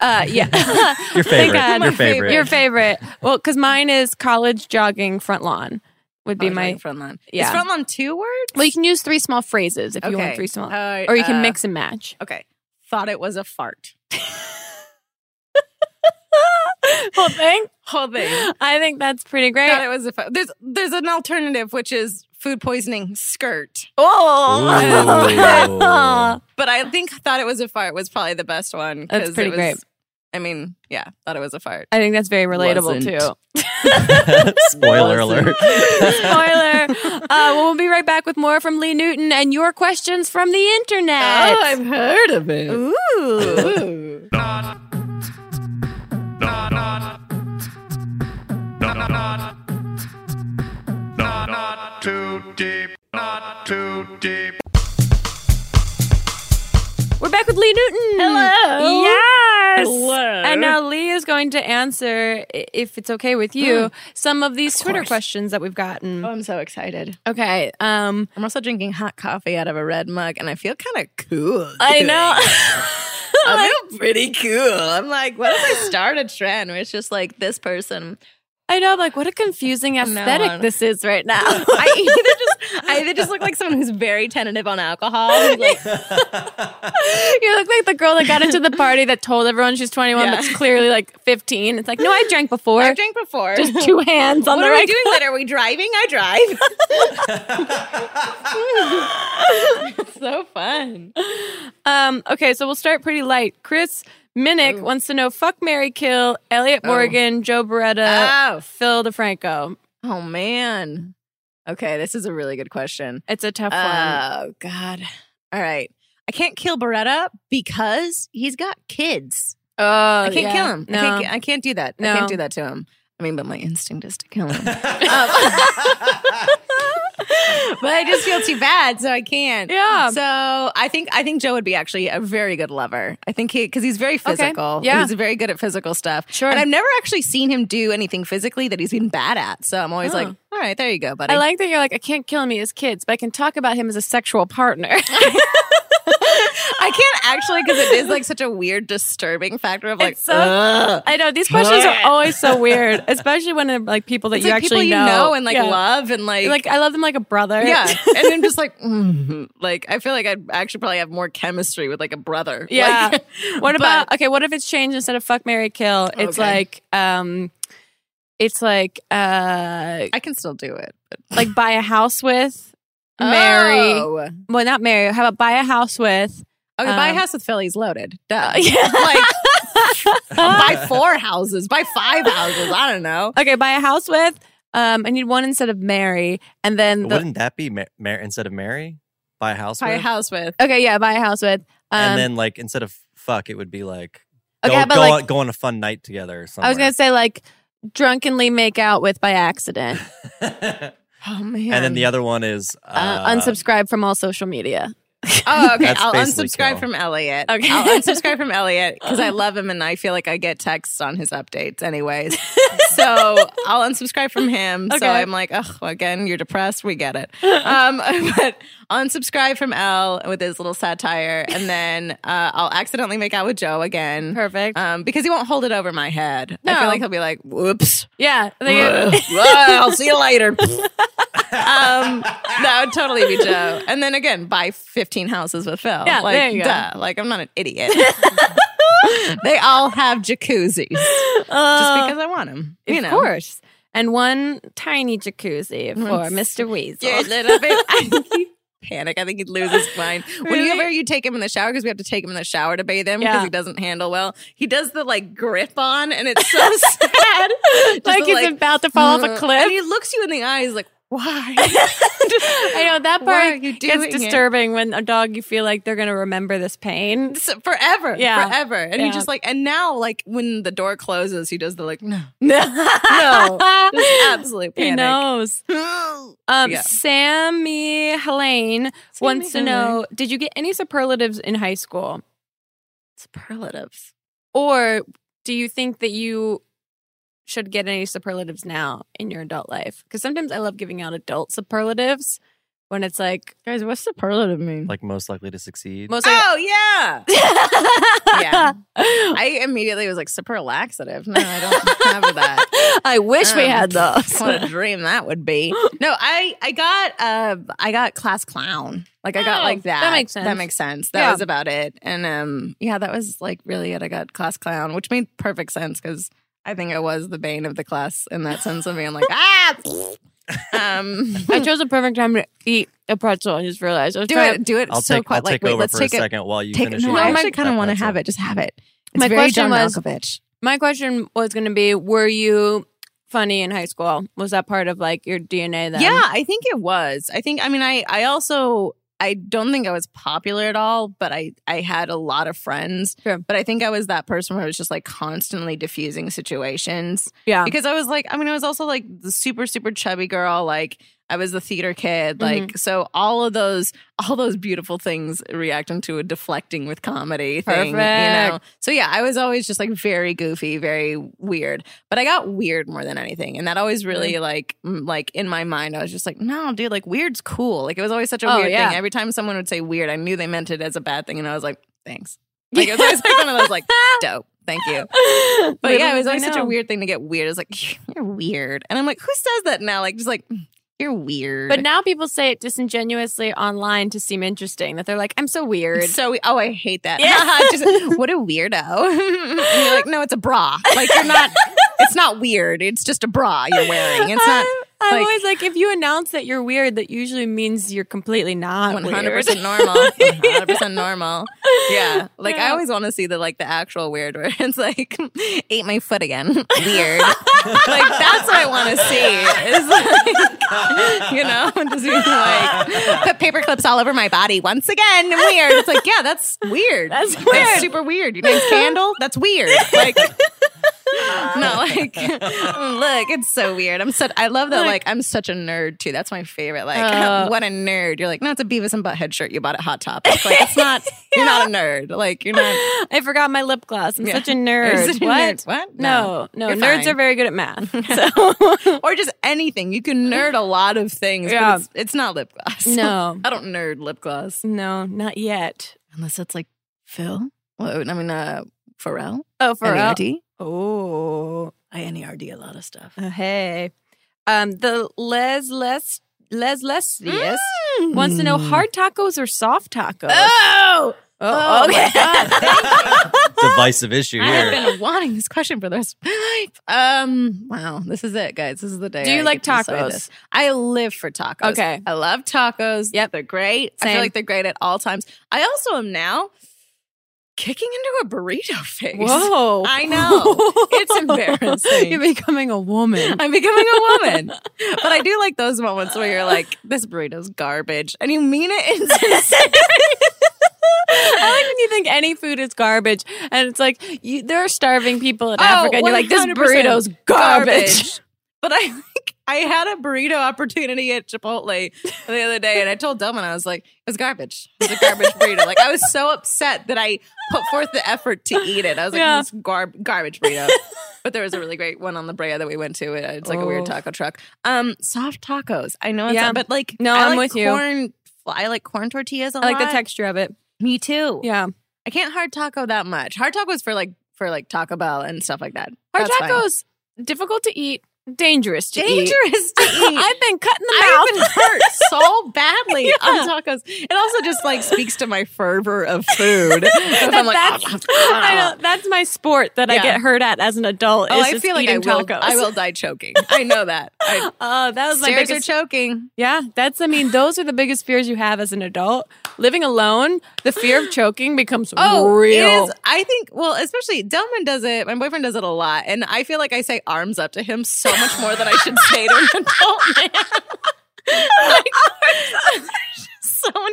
Uh, yeah. Your Thank favorite. God. Your favorite. Your favorite. Well, because mine is college jogging front lawn would be Oh, my. like front lawn. yeah. Is front lawn two words? Well, you can use three small phrases if you want three small, Uh, or you can uh, mix and match. Okay. Thought it was a fart. Well, thank. Whole thing. I think that's pretty great. Thought it was a fart. There's there's an alternative which is food poisoning skirt. Oh! Ooh. But I think thought it was a fart was probably the best one. 'cause That's pretty it was, great. Oh, I mean, yeah, thought it was a fart. I think that's very relatable Wasn't. too. Spoiler Wasn't. alert. Spoiler. Uh, well, we'll be right back with more from Lee Newton and your questions from the internet. heard of it. Ooh. Ooh. Not too deep, not too deep. We're back with Lee Newton. Hello. Yes. Hello. And now Lee is going to answer, i- if it's okay with you, some Hmm. of these Twitter questions that we've gotten. Oh, I'm so excited. Okay. Um, I'm also drinking hot coffee out of a red mug, and I feel kind of cool. I doing know. I feel pretty cool. I'm like, what if I start a trend where it's just like this person? I know. I'm Like, what a confusing aesthetic one. this is right now. I either just, I either just look like someone who's very tentative on alcohol. who's Like, you look like the girl that got into the party that told everyone she's 21, Yeah. but's clearly like 15. It's like, no, I drank before. I drank before. Just two hands on what the are right. we doing later? Are we driving? I drive. so fun. Um, okay, so we'll start pretty light. Chris Minnick wants to know: Fuck Mary, kill Elliot Morgan, Joe Beretta, Oh. Phil DeFranco. Oh man. Okay, this is a really good question. It's a tough Oh God. All right. I can't kill Beretta because he's got kids. one. Oh, I can't yeah. kill him. No. I, can't, ki- I can't do that. I No. can't do that to him. I mean, but my instinct is to kill him. Um, but I just feel too bad, so I can't. Yeah. So I think I think Joe would be actually a very good lover. I think he because he's very physical. Yeah. He's very good at physical stuff. Sure. And I've never actually seen him do anything physically that he's been bad at. So I'm always Oh. like, all right, there you go, buddy. I like that you're like I can't kill him. He has kids, but I can talk about him as a sexual partner. I can't actually because it is like such a weird, disturbing factor of like. It's so- I know these questions are always so weird, especially when they're like people that it's you like people actually you know, and like Yeah. love and like, Like I love them like a brother. yeah. and I'm just like, mm, like I feel like I'd actually probably have more chemistry with like a brother. Yeah. Like, What But- Oh, about okay? What if it's changed instead of fuck Mary kill? It's Okay. like um, it's like uh, I can still do it. But. like buy a house with, marry. Oh. Well, not marry. How about buy a house with? Okay, buy a Um, house with Phillies loaded. Duh. yeah. like buy four houses, buy five houses. I don't know. Okay, buy a house with. Um, I need one instead of marry, and then the, Wouldn't that be ma- ma- instead of Mary? Buy a house Buy a with? house with. okay, yeah, buy a house with. Um, and then like instead of fuck, it would be like Okay, go, how about, go, like- on, go on a fun night together. Somewhere. I was gonna say like drunkenly make out with by accident, and Oh man. then the other one is uh, uh, unsubscribe from all social media. Oh, okay. That's I'll basically unsubscribe Kel. from Elliot. Okay. I'll unsubscribe from Elliot because I love him and I feel like I get texts on his updates anyways. so I'll unsubscribe from him. Okay. So I'm like, oh, again, you're depressed. We get it. Um, but unsubscribe from L with his little satire. And then uh, I'll accidentally make out with Joe again. Perfect. Um, because he won't hold it over my head. I No. feel like he'll be like, whoops. yeah, I think it- Ugh. I'll see you later. um, that would totally be Joe. And then again, buy 15 houses with Phil. Yeah, like, there you go. duh. Like, I'm not an idiot. they all have jacuzzis just because I want them. You Uh, of know. course. And one tiny jacuzzi for Mr. Weasel. You're a little bit. I think he'd Panic! I think he'd lose his mind. Whenever you take him in the shower, because we have to take him in the shower to bathe him because Yeah. he doesn't handle well. He does the like grip on, and it's so sad. Just "Uh, like the, he's about to fall off a And cliff. he looks you in the eyes like, Why? I know that Why are part you doing it? gets disturbing when a dog you feel like they're gonna remember this pain. S- forever. Yeah. Forever. And you Yeah. just like, and now, like, when the door closes, he does the like, no. no, Just absolute he panic. knows. Um, Yeah. Sammy Helene wants to Helene. know: Did you get any superlatives in high school, Superlatives. or do you think that you should get any superlatives now in your adult life? Because sometimes I love giving out adult superlatives when it's like Guys, what's superlative mean? Like most likely to succeed. most. Like, oh, yeah. yeah. Yeah. I immediately was like, super laxative. No, I don't have that. I wish we Um, had those. What a dream that would be. No, I I got uh I got class clown. Like I got Oh, like that. that makes sense. That makes sense. That Yeah. was about it. And um yeah, that was like really it. I got class clown, which made perfect sense because I think I was the bane of the class in that sense of being like ah. um, I chose the perfect time to eat a pretzel and just realized I was do trying it. Do it. I'll so take, quick. I'll like take wait, over let's for take a it. second while you Take, finish. no, your I my- actually kind of That want to pretzel. have it. Just have it. It's My very question John was- Malkovich. My question was going to be Were you funny in high school? Was that part of like your DNA then? Yeah, I think it was. I think I mean I I also I don't think I was popular at all, but I I had a lot of friends. Sure. But I think I was that person where I was just like constantly diffusing situations Yeah. because I was like I mean I was also like the super super chubby girl like I was the theater kid like Mm-hmm. so all of those all those beautiful things reacting to a deflecting with comedy thing you know. Perfect. So yeah, I was always just like very goofy, very weird but I got weird more than anything, and that always Mm. really like m- like in my mind, I was just like, no, dude, like weird's cool. Like it was always such a Oh, weird yeah. thing. Every time someone would say weird, I knew they meant it as a bad thing, and I was like, thanks. Like it was always like one of those like dope, thank you. But yeah, it was always such a weird thing to get weird. I was like, you're weird, and I'm like, who says that now? Like just like "Mm, you're weird. But now people say it disingenuously online to seem interesting, that they're like, I'm so weird. So we, oh, I hate that. Yeah. Just, what a weirdo. And you're like, no, it's a bra. Like you're not. It's not weird. It's just a bra you're wearing. It's not. I'm like- always like, if you announce that you're weird, that usually means you're completely not One hundred 100%. percent normal. One hundred percent normal. Yeah. Like I Yeah. always want to see the like the actual weird where it's like ate my foot again. Weird. like that's what I want to see. Is like you know just being like put paper clips all over my body once again. Weird. It's like yeah, that's weird. That's weird. super weird. Your name's Candle. That's weird. Like. No, like, look, it's so weird. I'm such. I love that. Like, I'm such a nerd too. That's my favorite. Like, Oh. what a nerd. You're like, no, it's a Beavis and Butthead shirt you bought at Hot Topic. Like, it's not. You're not a nerd. Like, you're not. I forgot my lip gloss. I'm Yeah. such a You're nerd. such a what? nerd. What? No, no. You're Nerds fine. are very good at math. or just anything. You can nerd a lot of things. Yeah. But it's, it's not lip gloss. No. I don't nerd lip gloss no, not yet. unless it's like Phil. Well, I mean, uh, Pharrell. Oh, for real? N-E-R-D. Oh. I N-E-R-D a lot of stuff. Oh, hey. Um, the Les Les Les Lesiest wants to know hard tacos or soft tacos. Hmm. Oh. Oh, okay. Divisive issue I here. have been wanting this question for the rest of my life. Um, wow, this is it, guys. This is the day. Do you I like get to decide tacos? this. I live for tacos. Okay. I love tacos. Yep. they're great. I Same. feel like they're great at all times. I also am now kicking into a burrito face. Whoa. I know. It's embarrassing. You're becoming a woman. I'm becoming a woman, but I do like those moments where you're like, "This burrito's garbage," and you mean it. in sincerity. I like when you think any food is garbage, and it's like you, there are starving people in Africa, and you're like, this 100% burrito's garbage. But I like I had a burrito opportunity at Chipotle the other day, and I told Delman I was like, it was garbage. It was a garbage burrito. Like I was so upset that I put forth the effort to eat it. I was like, Yeah. this gar- garbage burrito. But there was a really great one on the Brea that we went to. It- It's like a Oh. weird taco truck. Um, soft tacos. I know, it's Yeah. but like, No, I I'm like with you. corn, I like corn tortillas a I like the lot. texture of it. Me too. Yeah. I can't hard taco that much. Hard tacos for like for like Taco Bell and stuff like that. Hard That's fine. tacos, difficult to eat, dangerous to eat. dangerous to eat. I've been cut in the I've mouth. been hurt so badly on tacos. It also just like speaks to my fervor of food. If I'm like, "Oh, "Oh, that's, I know, that's my sport that I Yeah. get hurt at as an adult. oh, is I just feel like I eating will, tacos. I will die choking. I know that. I, Oh, that was my stairs biggest. are choking. yeah, that's. I mean, those are the biggest fears you have as an adult. Living alone, the fear of choking becomes Oh, real. It is, I think, well, especially Delman does it. My boyfriend does it a lot. And I feel like I say arms up to him so much more than I should say to an adult man.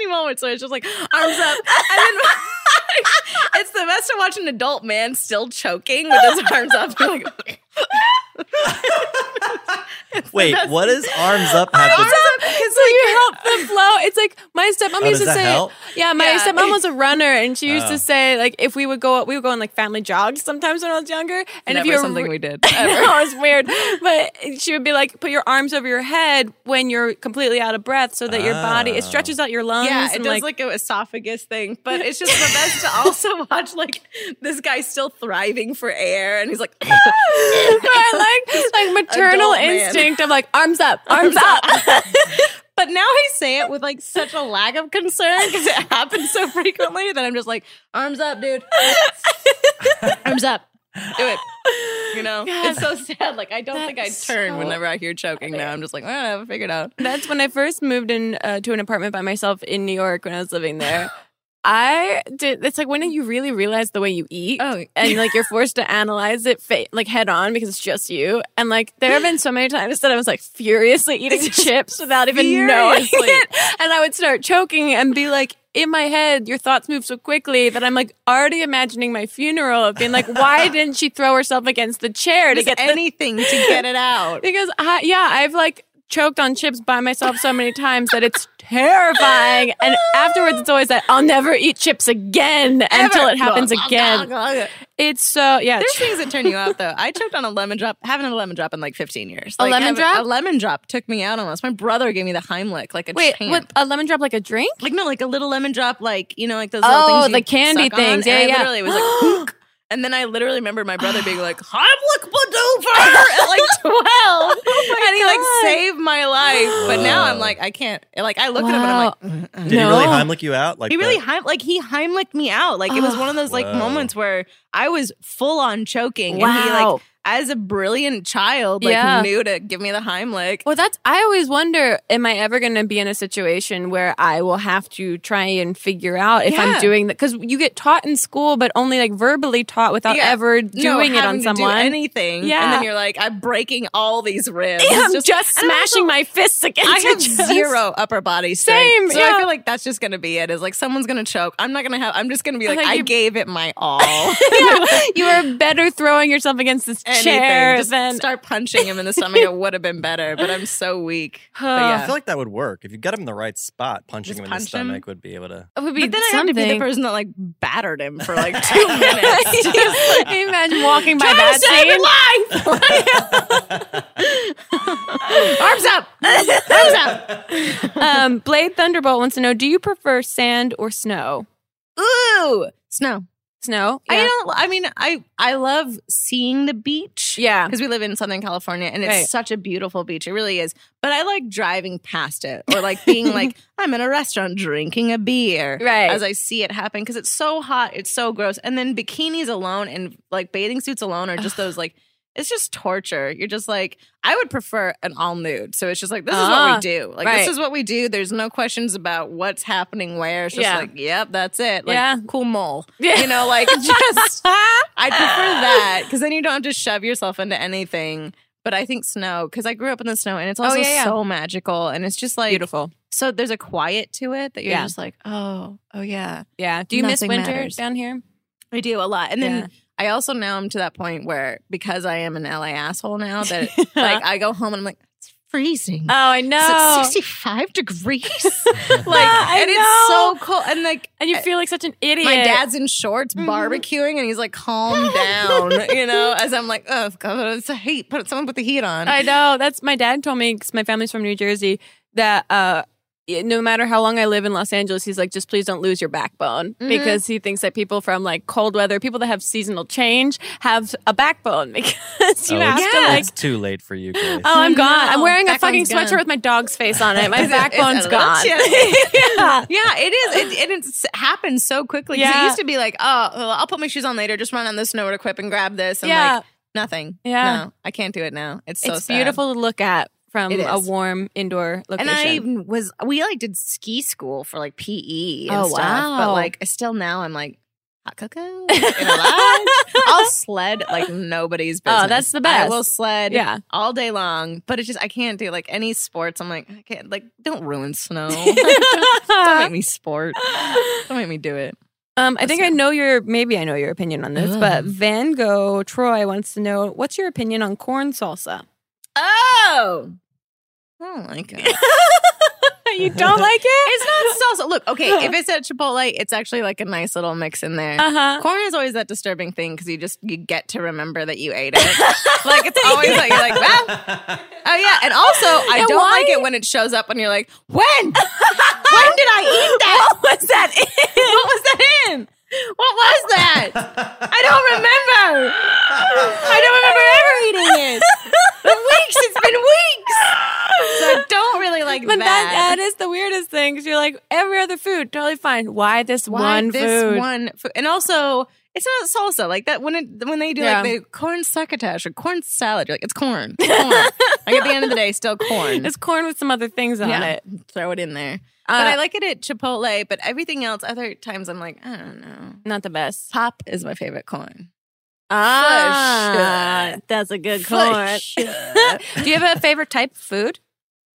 moments where it's just like arms up, and then it's the best to watch an adult man still choking with his arms up. Like, Wait, what does arms up have to It's like you help them flow. It's like my stepmom Oh, used does to that say, help? "Yeah, my Yeah. stepmom was a runner, and she used Oh. to say like if we would go, we would go on like family jogs sometimes when I was younger, and if never you were something we did. I know, it's weird. But she would be like, put your arms over your head when you're completely out of breath so that your body, it Oh. stretches out your lungs. Yeah, it and does like, an esophagus thing, but it's just the best to also watch like this guy still thriving for air, and he's like, I like, like maternal Adult man. instinct of like, arms up, arms up. but now I say it with like such a lack of concern because it happens so frequently that I'm just like, arms up, dude, arms up, do it. You know, it's so sad. Like I don't think I That's turn so- whenever I hear choking. Now I'm just like, "Ah, I have it figured out. That's when I first moved in uh, to an apartment by myself in New York when I was living there. I did. It's like when you really realize the way you eat, Oh. and like you're forced to analyze it fa- like head on because it's just you. And like there have been so many times that I was like furiously eating chips without even knowing Furiously. it, and I would start choking and be like. In my head, your thoughts move so quickly that I'm like already imagining my funeral of being like, why didn't she throw herself against the chair to Just get the anything to get it out. because I, yeah, I've like choked on chips by myself so many times that it's terrifying. And afterwards, it's always that I'll never eat chips again until it happens again. It's so yeah. There's ch- things that turn you out though. I choked on a lemon drop. Haven't had a lemon drop in like 15 years. A Like, lemon I haven't- drop? A lemon drop took me out on this. My brother gave me the Heimlich like a Wait, champ. what? A lemon drop like a drink? Like no, like a little lemon drop, like you know, like those. Oh, little things the you candy suck on. things. And Yeah, I yeah. Literally was like, "Honk." and then I literally remember my brother being like, "Heimlich Badoofer" at like 12, and he Oh God. like saved my life. But now I'm like, I can't. Like I look at him and I'm like, do? Mm-hmm. Did he really No. Heimlich you out? Like he really that? heim- like he Heimliched me out. Like it was one of those like Whoa. moments where I was full on choking, and he Wow. like as a brilliant child like Yeah. knew to give me the Heimlich. Well, that's. I always wonder: Am I ever going to be in a situation where I will have to try and figure out if I'm Yeah. doing that? Because you get taught in school, but only like verbally taught without Yeah. ever No, doing it having on to do someone. anything, Yeah. and then you're like, I'm breaking all these ribs. I'm It's just, and I'm also- smashing my fists against. I your have chest. zero upper body strength, Same, so yeah. I feel like that's just gonna be it. Is like someone's gonna choke. I'm not gonna have. I'm just gonna be like, like, I you- gave it my all. you are better throwing yourself against this chair Anything, just than start punching him in the stomach. It would have been better, but I'm so weak. But yeah. I feel like that would work if you got him in the right spot. Punching Just him in the punch him? Oh, stomach would be able to. it would be But then I had to something. be the person that like battered him for like two minutes. Can you Imagine walking by Trying to that save your scene. Arms up, arms up. Um, Blade Thunderbolt wants to know: Do you prefer sand or snow? Ooh, snow. Snow. I Yeah. don't. I mean, I I love seeing the beach. Yeah. because we live in Southern California, and it's Right. such a beautiful beach. It really is. But I like driving past it, or like being like I'm in a restaurant drinking a beer, Right. As I see it happen, because it's so hot, it's so gross, and then bikinis alone and like bathing suits alone are just those like. It's just torture. You're just like, I would prefer an all nude. So it's just like, this is what Ah, we do. Like, right. this is what we do. There's no questions about what's happening where. It's just Yeah. like, yep, that's it. Like, Yeah. cool mole. Yeah. You know, like, just I prefer that because then you don't have to shove yourself into anything. But I think snow because I grew up in the snow and it's also Oh, yeah, yeah. so magical and it's just like Beautiful. So there's a quiet to it that you're Yeah. just like, oh, oh yeah, Yeah. Do you miss Nothing winter matters. down here? I do a lot. And then Yeah. I also now I'm to that point where because I am an LA asshole now that like I go home and I'm like it's freezing. Oh, I know. Is it 65 degrees? like, I and it's know. so cold. And like and you feel like such an idiot. my dad's in shorts Mm-hmm. barbecuing and he's like calm down you know as i'm like oh god it's a heat put someone put the heat on I know. That's my dad told me because my family's from New Jersey that uh, it- no matter how long I live in Los Angeles, he's like, just please don't lose your backbone Mm-hmm. because he thinks that people from like cold weather, people that have seasonal change, have a backbone because you Oh, have it's, to like. it's too late for you guys. Oh, I'm gone. I'm No, wearing a fucking backbone's sweatshirt gone. with my dog's face on it. My It's a- it's a backbone's little gone. chilly. yeah, it is. It, and it's happened so quickly. 'Cause Yeah. It used to be like, oh, well, I'll put my shoes on later. Just run on the snow to quip and grab this. And Yeah. like, nothing. Yeah. No, I can't do it now. It's so it's sad. beautiful to look at from It a is. warm indoor location. And I even was, we like did ski school for like PE and Oh, stuff. But wow. like, I still now I'm like, hot cocoa in a lodge. I'll sled like nobody's business. Oh, that's the I best. will sled Yeah. all day long, but it's just I can't do like any sports. I'm like, I can't like don't ruin snow. Like, don't, don't make me sport. Don't make me do it. Um, I think I know your maybe I know your opinion on this, but Van Gogh Troy wants to know what's your opinion on corn salsa? Oh. I don't like it. you don't like it? it's not salsa. Look, okay, if it's at Chipotle, it's actually like a nice little mix in there. Uh huh. Corn is always that disturbing thing because you just you get to remember that you ate it. like it's always like you're like, well, oh yeah. And also, I And don't why- like it when it shows up and you're like, when? when did I eat that? What was that in? what was that in? What was that? I don't remember. I don't remember ever eating it. For weeks, it's been weeks. So I don't really like But that, that. that is the weirdest thing because you're like every other food totally fine. Why this Why one this food? one food? And also, it's not salsa like that. When it when they do Yeah. like the corn succotash or corn salad, you're like, it's corn. It's corn. like at the end of the day, still corn. It's corn with some other things on yeah. it. Throw it in there. Uh, but I like it at Chipotle. But everything else, other times, I'm like, I don't know. Not the best. Pop is my favorite corn. Ah, that's a good For corn. sure. Do you have a favorite type of food?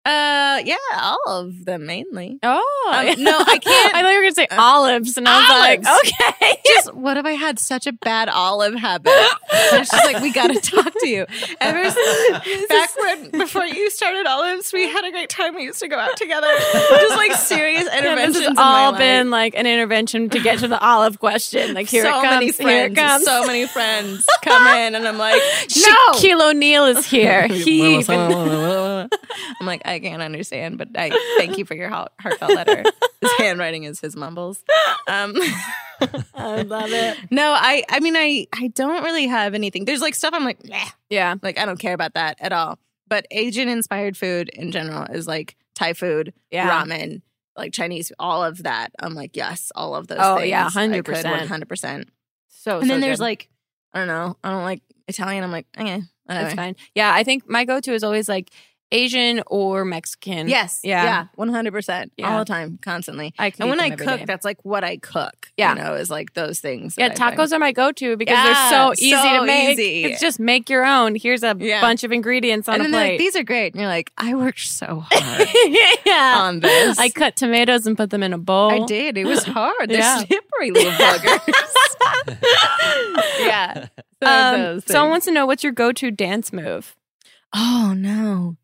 Uh, yeah, all of them mainly. Oh Um, no, I can't- Uh, I thought you were gonna say olives, and I was Olives. like, okay. Just what have I had such a bad olive habit? And She's like, we got to talk to you. Ever since back when before you started olives, we had a great time. We used to go out together. Just like serious Yeah, interventions. This has in my all life. been like an intervention to get to the olive question. Like here so it comes, many friends. here it comes. So many friends come in, and I'm like, no. Shaquille O'Neal is here. He even, I'm like, I can't understand, but I thank you for your heart- heartfelt letter. His handwriting is his mumbles. Um, I love it. no, I, I mean, I, I don't really have anything. There's like stuff I'm like, meh. Yeah, Like, I don't care about that at all. But Asian inspired food in general is like Thai food, Yeah. ramen, like Chinese, all of that. I'm like, yes, all of those Oh, things. yeah, I could 100%. 100%. And so then there's like, I don't know, I don't like Italian. I'm like, okay. that's whatever. fine. Yeah, I think my go-to is always like Asian or Mexican. Yes. Yeah. Yeah. 100%. Yeah. All the time, constantly. I can And eat when them I every cook, day. that's like what I cook. Yeah. You know, is like those things. Yeah, that I tacos find- are my go-to because Yeah, they're so easy so to make. easy. It's just make your own. Here's a Yeah. bunch of ingredients on and a then they're like, plate. these are great. And you're like, I worked so hard yeah, on this. I cut tomatoes and put them in a bowl. I did. It was hard. They're Yeah. slippery little buggers. yeah. So Um, someone those things. wants to know what's your go-to dance move. Oh no.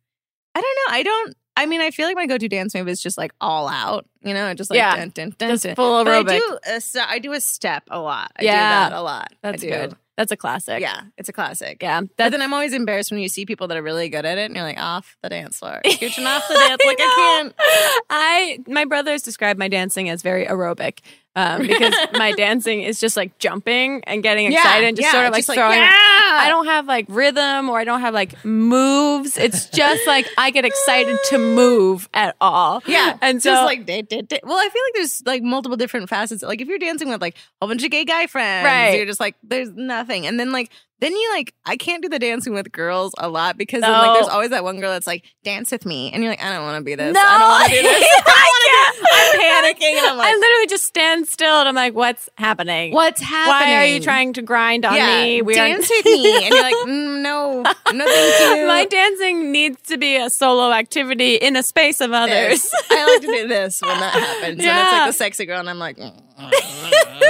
I don't know. I don't I mean, I feel like my go-to dance move is just like all out, you know, just like Yeah. dun, dun, dun, Just dun. full But I aerobic. do a st- I do a step a lot. I Yeah. do that a lot. I That's do. good. That's a classic. Yeah, it's a classic. Yeah. But That's then I'm always embarrassed when you see people that are really good at it and you're like off the dance floor. Scooching off the dance like I can't. I my brothers describe my dancing as very aerobic. Um, because my dancing is just like jumping and getting excited and just sort of like throwing I don't have like rhythm or I don't have like moves. It's just like I get excited to move at all. Yeah, And so just like da- da- da- well, I feel like there's like multiple different facets. Like if you're dancing with like a bunch of gay guy friends, Right. You're just like there's nothing, and then like then you like I can't do the dancing with girls a lot because then, like there's No. always that one girl that's like dance with me, and you're like I don't want to be this. No, I don't want to do this. I I'm can't. panicking, and I'm I like, literally just stand still and I'm like, what's happening? what's happening? Why are you trying to grind on Yeah, me? We dance are with me, and you're like mm, no, no, thank you. My dancing needs to be a solo activity in a space of others. This. I like to do this when that happens. And it's Yeah. like the sexy girl, and I'm like, "Mm,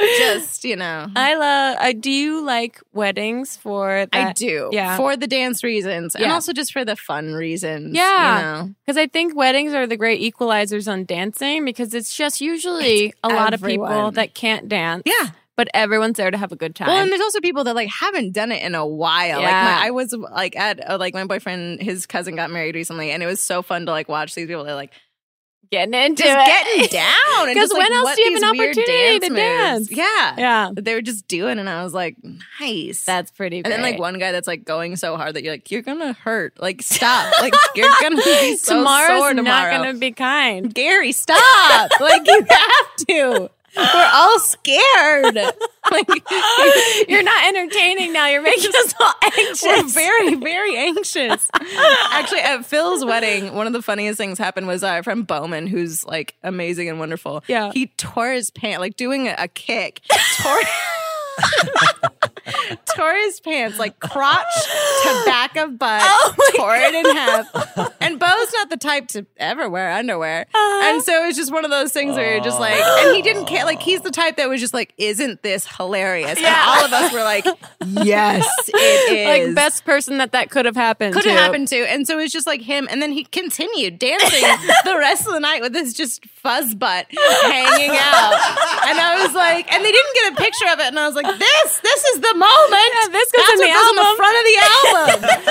just, you know. I love. I do you like weddings for that? I do. yeah. For the dance reasons and Yeah. also just for the fun reasons. Yeah. You know? because I think weddings are the great equalizers on dancing because it's just usually a lot of people everyone. that can't dance. Yeah. but everyone's there to have a good time. Well, and there's also people that like haven't done it in a while. Like Yeah. my, I was like at uh, like my boyfriend, his cousin got married recently, and it was so fun to like watch these people. They're like getting into just it. getting down. and 'Cause just, like, when else what do you have these an weird opportunity to moves- dance? Yeah, yeah, That They were just doing, and I was like, nice. that's pretty. and then like great. one guy that's like going so hard that you're like, you're gonna hurt. Like stop. Like you're gonna be so tomorrow's sore tomorrow. not going to be kind. Gary, stop. like you have to. We're all scared. like, You're not entertaining now. You're making us all anxious. we're very, very anxious. Actually, at Phil's wedding, one of the funniest things happened was our friend Bowman, who's like amazing and wonderful. Yeah. He tore his pants, like doing a, a kick, tore, tore his pants, like crotch to back of butt, Oh tore it in half. And Bo's not the type to ever wear underwear. Uh-huh. And so it was just one of those things where you're just like, and he didn't care. Like, he's the type that was just like, isn't this hilarious? And all of us were like, yes, it is like best person that that could have happened. could to. have happened to. And so it was just like him. And then he continued dancing the rest of the night with his just fuzz butt hanging out. And I was like, and they didn't get a picture of it. And I was like, this, this is the moment. Yeah, this goes That's in the what goes on the album. front of the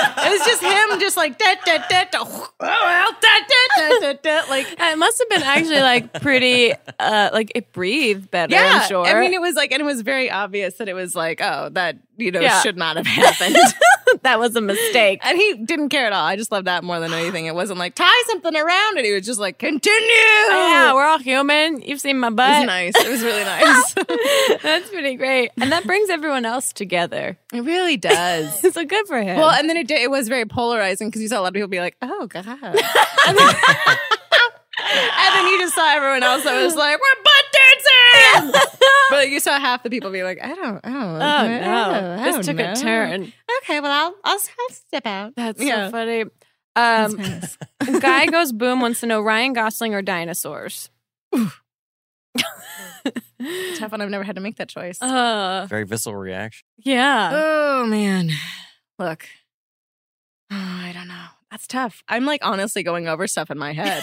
album. it was just him, just like da da da da, oh, well, da da da da da, like. It must have been actually like pretty, uh, like it breathed better. Yeah, I'm sure. I mean, it was like, and it was very obvious that it was like, oh, that you know Yeah. should not have happened. that was a mistake. And he didn't care at all. I just love that more than anything. It wasn't like tie something around, and he was just like continue. Oh, yeah, we're all human. You've seen my it was butt. nice. It was really nice. That's pretty great, and that brings everyone else together. it really does. So good for him. Well, and then it did, it was very polarizing because you saw a lot of people be like, "Oh God," and then, and then you just saw everyone else that was like, "We're butt dancing," but you saw half the people be like, "I don't, I oh don't, oh, I don't, no, I this don't took know. a turn. Okay, well, I'll, I'll, I'll step out. That's Yeah. so funny. Um, guy goes boom wants to know Ryan Gosling or dinosaurs. Tough one. I've never had to make that choice. Uh, Very visceral reaction. yeah. Oh man. Look. Oh, I don't know. That's tough. I'm like honestly going over stuff in my head.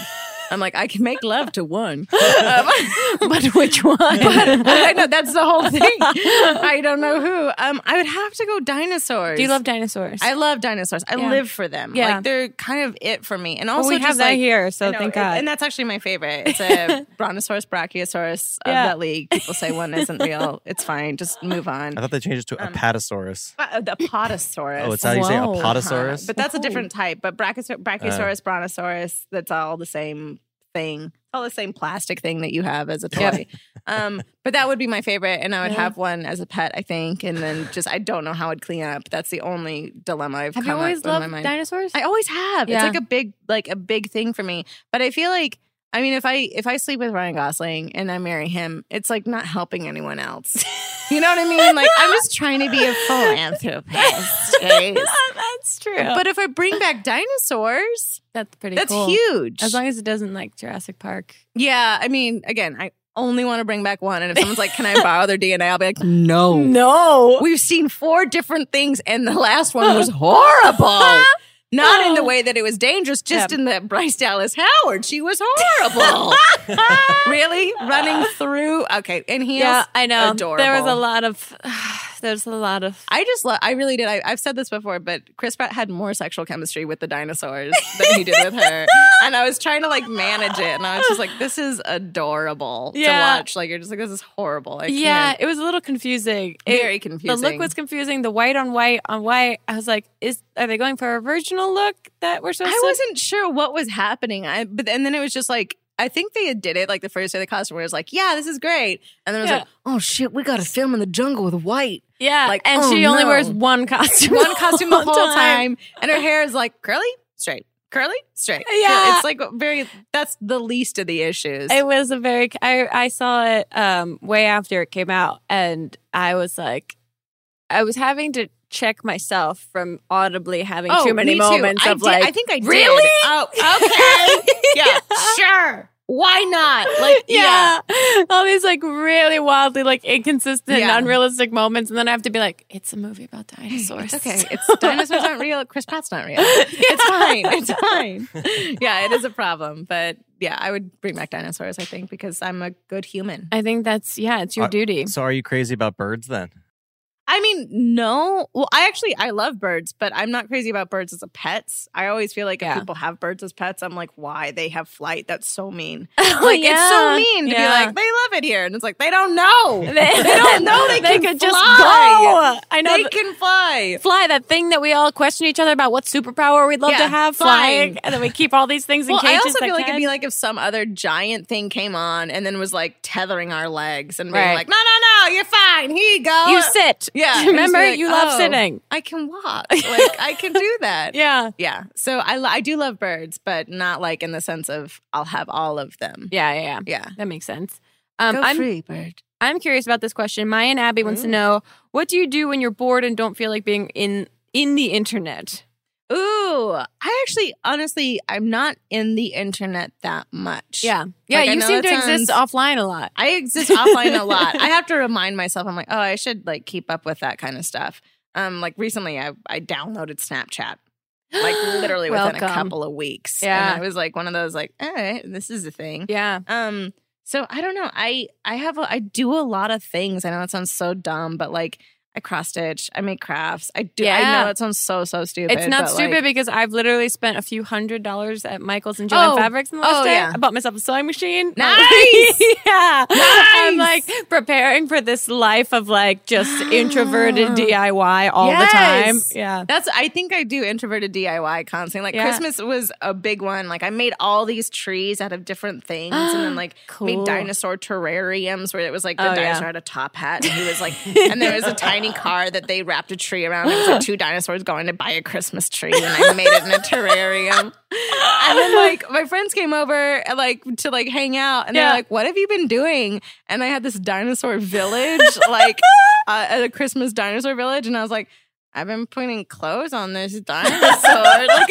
I'm like, I can make love to one. Um, but which one? but I know that's the whole thing. I don't know who. Um, I would have to go dinosaurs. Do you love dinosaurs? I love dinosaurs. I Yeah. live for them. Yeah. Like they're kind of it for me. And Well, also we just have that like, here, so I know, thank and- God. And that's actually my favorite. It's a brontosaurus, brachiosaurus of Yeah. that league. People say one isn't real. It's fine. Just move on. I thought they changed it Um. to Apatosaurus. Uh, the potosaurus. Oh, it's how you say Whoa. Apatosaurus? Uh. But that's a different type. But brachiosaurus, brachiosaurus brontosaurus, that's all the same thing. All the same plastic thing that you have as a toy. Um, but that would be my favorite, and I would Yeah. have one as a pet, I think. And then just I don't know how I'd clean up. That's the only dilemma I've Have you come always up with in my loved mind. dinosaurs? I always have. Yeah. It's like a big like a big thing for me. But I feel like I mean if I if I sleep with Ryan Gosling and I marry him, it's like not helping anyone else. You know what I mean? Like I'm just trying to be a philanthropist. guys. that's true. But but if I bring back dinosaurs, that's pretty that's cool. huge. As long as it doesn't like Jurassic Park. yeah, I mean, again, I only want to bring back one. And if someone's like, "Can I borrow their DNA?" I'll be like, "No, No. We've seen four different things, and the last one was horrible. Not Oh. in the way that it was dangerous, just Yeah. in that Bryce Dallas Howard, she was horrible. really? Running through? Okay. And he Yeah, yeah, I know. Adorable. There was a lot of there's a lot of I just love, I really did. I, I've said this before, but Chris Pratt had more sexual chemistry with the dinosaurs than he did with her. And I was trying to like manage it. And I was just like, this is adorable Yeah. to watch. Like, you're just like, this is horrible. I Yeah, can't. it was a little confusing. It- Very confusing. The look was confusing. The white on white on white. I was like, is are they going for a virginal look that we're supposed I to? wasn't sure what was happening. I but and then it was just like I think they did it like the first day the customer was like, "Yeah, this is great," and then it was Yeah. like, "Oh shit, we got to film in the jungle with white." yeah, like, and oh, she only no. wears one costume, One costume the whole time. and her hair is like curly, straight, curly, straight. Yeah. it's like very. That's the least of the issues. It was a very. I I saw it um way after it came out, and I was like, I was having to check myself from audibly having too many Oh, me moments I of did- like. I think I did. Really? Oh, okay. yeah, sure. Why not? Like, yeah. yeah. all these like really wildly like inconsistent, Yeah. unrealistic moments, and then I have to be like, it's a movie about dinosaurs. It's okay. It's dinosaurs aren't real. Chris Pratt's not real. It's fine. It's fine. Yeah, it is a problem, but yeah, I would bring back dinosaurs. I think because I'm a good human. I think that's yeah, it's your Uh, duty. So are you crazy about birds then? I mean, no. Well, I actually I love birds, but I'm not crazy about birds as a pets. I always feel like Yeah. if people have birds as pets, I'm like, why they have flight? That's so mean. Oh, Like it's so mean to Yeah. be like they love it here, and it's like they don't know. They, They, don't know they, can could just fly. go. I know. They th- can fly. fly that thing that we all question each other about what superpower we'd love Yeah, to have flying, flying. and then we keep all these things in Well, cages. I also that feel like it'd can. be like if some other giant thing came on and then was like tethering our legs and being Right. like, no, no, no, you're fine. Here you go. you sit. "Oh, Yeah. remember And just be you like, love "Oh, sitting. I can walk. Like I can do that. Yeah, Yeah. So I lo- I do love birds, but not like in the sense of I'll have all of them. yeah, yeah. yeah. Yeah. That makes sense. Um, Go I'm free Mm. bird. I'm curious about this question. Maya and Abby wants to know what do you do when you're bored and don't feel like being in in the internet? Ooh, I actually, honestly, I'm not in the internet that much. yeah. Like, I you know seem it to exist offline a lot. I exist offline a lot. I have to remind myself. I'm like, oh, I should like keep up with that kind of stuff. Um, like recently, I I downloaded Snapchat. Like literally within a Welcome. couple of weeks. Yeah. and I was like one of those like, all right, this is a thing. Yeah, Um, so I don't know. I I have a, I do a lot of things. I know that sounds so dumb, but like I cross stitch, I make crafts. I do. I Yeah. know that sounds so so stupid. it's not but, stupid like- because I've literally spent a few hundred dollars at Michaels and Joann Oh. Fabrics in the last Oh, day. yeah. I bought myself a sewing machine. Nice. yeah, I'm like Nice. preparing for this life of like just introverted DIY all Yes. the time. Yeah, That's I think I do introverted DIY constantly. Like Yeah. Christmas was a big one. Like I made all these trees out of different things and then like Cool. made dinosaur terrariums where it was like the Oh, yeah. dinosaur had a top hat and he was like and there was a tiny car that they wrapped a tree around. It was like two dinosaurs going to buy a Christmas tree and I made it in a terrarium. And then like my friends came over like to like hang out and Yeah. they're like, What have you been doing? And I had this dinosaur village, like uh, at a Christmas dinosaur village, and I was like, I've been putting clothes on this dinosaur,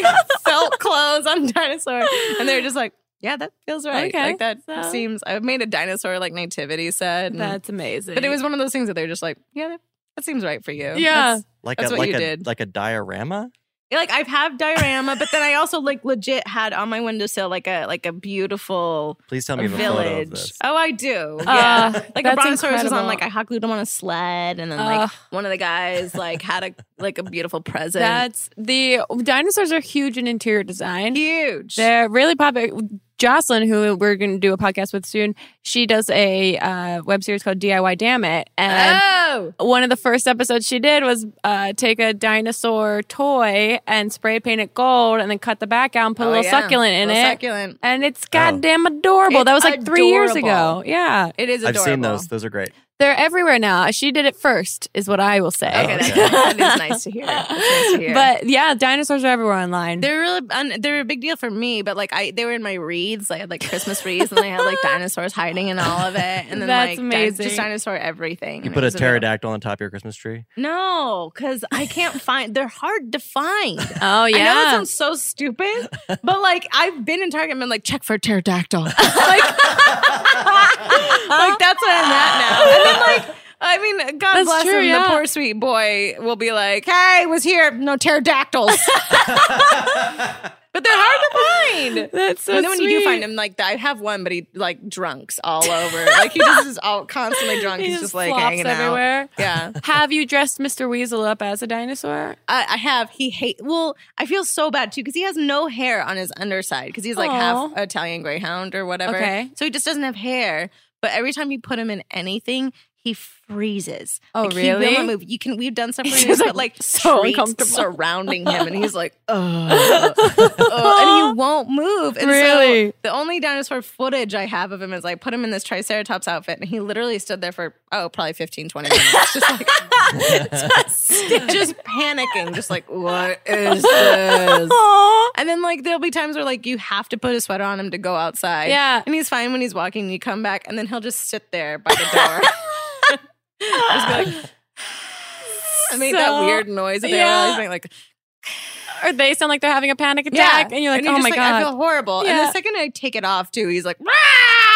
like felt clothes on dinosaur. And they were just like, yeah, that feels right. Okay, like that so- seems. I made a dinosaur like nativity set, and- that's amazing. but it was one of those things that they were just like, yeah, that, that seems right for you. yeah. That's- Like That's a what like you a did. like a diorama. like I've have diorama, but then I also like legit had on my windowsill like a like a beautiful Please tell me you have a photo of village. this. Oh, I do. Uh, Yeah. like a that's brontosaurus was incredible. on like I hot glued him on a sled, and then Uh. like one of the guys like had a like a beautiful present. That's the dinosaurs are huge in interior design. huge. They're really popular. Jocelyn, who we're going to do a podcast with soon, she does a uh, web series called DIY Damn It. And oh, one of the first episodes she did was uh, take a dinosaur toy and spray paint it gold and then cut the back out and put a Oh, little yeah. succulent in Little it. Succulent. And it's goddamn adorable. It's that was like three years ago. adorable. Yeah. It is I've adorable. seen those. Those are great. They're everywhere now. She did it first, is what I will say. Oh, Okay, Oh, Okay. That, that is nice to hear. That's nice to hear. But yeah, dinosaurs are everywhere online. they're really un- they're a big deal for me. But like I, they were in my wreaths. I had like Christmas wreaths, and they had like dinosaurs hiding in all of it, and then That's like di- amazing. just dinosaur everything. You And put it a was adorable. pterodactyl on top of your Christmas tree. No, because I can't find. They're hard to find. oh, yeah. I know that sounds so stupid, but like I've been in Target and been like, check for pterodactyl. like, like that's where I'm at now. And then like I mean, God That's bless true, him. yeah. The poor sweet boy will be like, "Hey, was here, no pterodactyls." but they're hard to find. That's so and then when you do sweet. find him, like I have one, but he like drunks all over. like he just is all constantly drunk. He He's just just, like flops hanging everywhere. Out. Yeah, Have you dressed Mr. Weasel up as a dinosaur? I, I have. He hate. Well, I feel so bad too because he has no hair on his underside because he's like Aw. half Italian Greyhound or whatever. Okay. so he just doesn't have hair. But every time you put him in anything, he freezes. Oh, like, He will really? not move. You can. We've done something. He's He's just, got like like, so treats uncomfortable. surrounding him, and he's like, "Ugh." Ugh," and he won't move. And so Really? the only dinosaur footage I have of him is I put him in this Triceratops outfit, and he literally stood there for oh, probably 15, 20 minutes, just like just panicking, just like, what is this? And then like there'll be times where like you have to put a sweater on him to go outside. Yeah. And he's fine when he's walking, and you come back, and then he'll just sit there by the door. just be like I made So- that weird noise that they Yeah. were always making, like Or they sound like they're having a panic attack, and you're like, you're oh just my like, I god. feel horrible. And Yeah. the second I take it off too, he's like,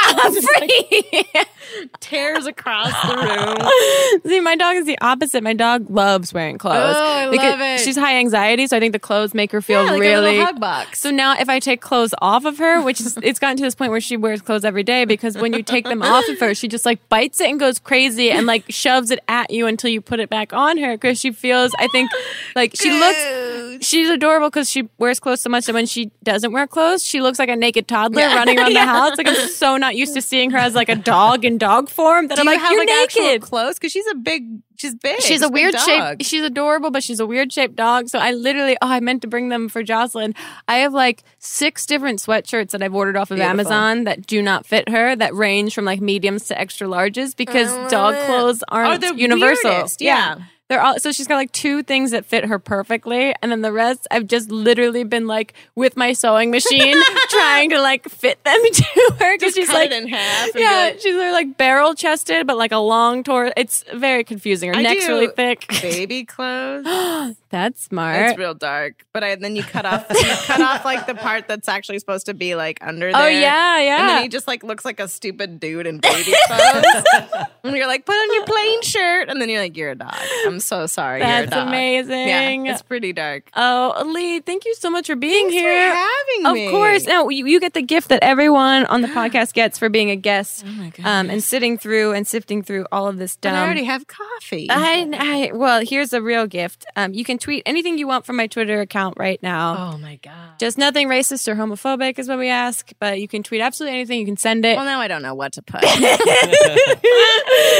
I'm free. tears across the room. See, my dog is the opposite. My dog loves wearing clothes. Oh, I Because love it. She's high anxiety, so I think the clothes make her feel Yeah, like a little really hug box. So now, if I take clothes off of her, which is it's gotten to this point where she wears clothes every day because when you take them off of her, she just like bites it and goes crazy and like shoves it at you until you put it back on her because she feels. I think like she looks. She's adorable because she wears clothes so much that when she doesn't wear clothes, she looks like a naked toddler running around the house. Like I'm so not used to seeing her as like a dog in dog form that Do I'm you like, have you're like naked. actual clothes? Because she's a big, she's big. She's a weird shape. shape. She's adorable, but she's a weird shaped dog. So I literally, oh, I meant to bring them for Jocelyn. I have like six different sweatshirts that I've ordered off of Beautiful. Amazon that do not fit her, that range from like mediums to extra larges because I love dog it. clothes aren't the universal. weirdest, yeah. They're all, so she's got like two things that fit her perfectly, and then the rest I've just literally been like with my sewing machine trying to like fit them to her because she's cut like it in half. and be yeah, like, she's uh, like barrel chested, but like a long torso. It's very confusing. Her I neck's do- really thick. baby clothes. That's It's smart. real dark. But I, then you cut off, you cut off like the part that's actually supposed to be like under there. oh yeah, And yeah. then he just like looks like a stupid dude in baby clothes. and you're like, put on your plain shirt. And then you're like, you're a dog. I'm so sorry. you're a That's dog. amazing. Yeah, it's pretty dark. oh, Lee, thank you so much for being Thanks here. for having of me. course. Now you, you get the gift that everyone on the podcast gets for being a guest um, and sitting through and sifting through all of this And Oh I dumb already have coffee. Um, I, I well, here's a real gift. Um, you can tweet anything you want from my Twitter account right now. oh my god. Just nothing racist or homophobic is what we ask, but you can tweet absolutely anything. You can send it. Well, now I don't know what to put.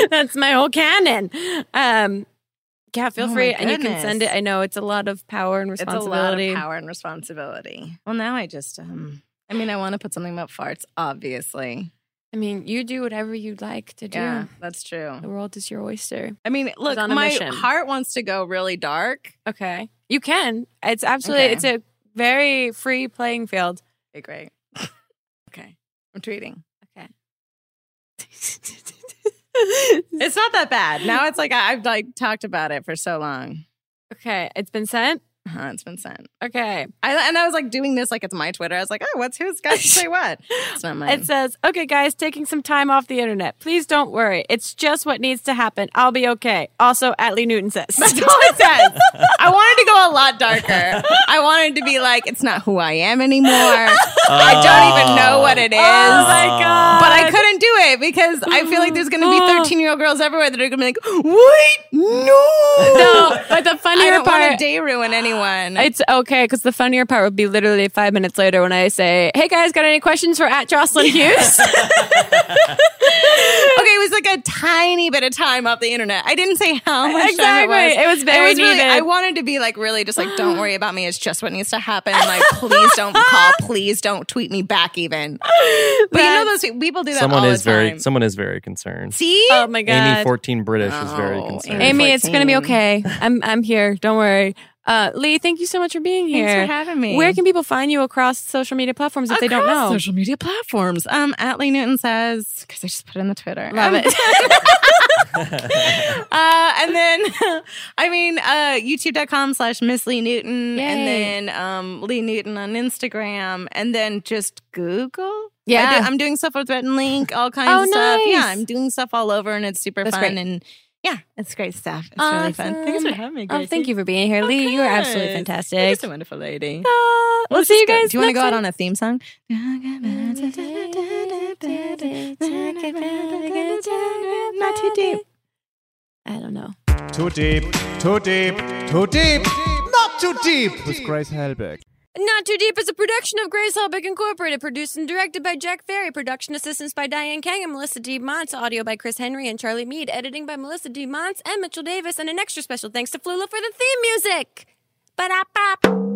That's my whole canon. Um, yeah, feel Oh, my free, and you can goodness. send it. I know it's a lot of power and it's a lot responsibility. of power and responsibility. Well, now I just, um, I mean, I want to put something about farts, obviously. I mean, you do whatever you'd like to do. Yeah, that's The true. world is your oyster. I mean, look, on a my mission. heart wants to go really dark. Okay, you can. It's absolutely. Okay. It's a very free playing field. Okay, great. okay, I'm tweeting. It's not that bad. Now it's like I, I've like talked about it for so long. okay, it's been sent. Uh-huh, it's been sent. Okay. I, and I was like doing this like it's my Twitter. I was like, oh, what's who's got to say what? It's uh, not mine. It says, okay, guys, taking some time off the internet. Please don't worry. It's just what needs to happen. I'll be okay. Also, Atlee Newton says. That's all it says. I wanted to go a lot darker. I wanted to be like, it's not who I am anymore. I Ah, don't even know what it Oh is. my God. Mm. but I couldn't do it because I feel like there's going to be 13 year old girls everywhere that are going to be like, what? "Oh, No. No, but the I funnier don't want to part. day ruin anyone. It's okay because the funnier part would be literally five minutes later when I say, "Hey guys, got any questions for at Jocelyn Hughes?" okay, it was like a tiny bit of time off the internet. I didn't say how much time it Exactly. was. It was very really, needed. I wanted to be like really just like, don't worry about me. It's just what needs to happen. Like, please don't call. Please don't tweet me back even. But you know those pe- people do that Someone all is the time. very someone is very concerned. See? oh my Amy god, fourteen British is very Oh, concerned. Amy, it's gonna be 14. okay. I'm I'm here. Don't worry. Uh, Lee, thank you so much for being here. Thanks for having me. Where can people find you across social media platforms if they don't Across know? social media platforms. Um, at Lee Newton says because I just put it in the Twitter. Love Um, it. uh, and then, I mean, uh, YouTube.com slash Miss Lee Newton, Yay. and then um, Lee Newton on Instagram, and then just Google. Yeah. I do, I'm doing stuff with Red and Link, all kinds Oh, of stuff. nice. Yeah, I'm doing stuff all over, and it's super That's fun. great. And yeah, it's great stuff. It's really fun. Awesome. having me. Oh, thank you for being here, Lee. You are absolutely fantastic. You're a wonderful lady. Uh, we'll This see is you good. guys. Do you next want to go out week. on a theme song? Not too deep. I don't know. Too deep, too deep, too deep, not too deep with Grace Helbig. Not Too Deep is a production of Grace Helbig Incorporated, produced and directed by Jack Ferry, production assistance by Diane Kang and Melissa D. Montz, audio by Chris Henry and Charlie Mead, editing by Melissa D. Montz and Mitchell Davis, and an extra special thanks to Flula for the theme music. Ba-da-ba.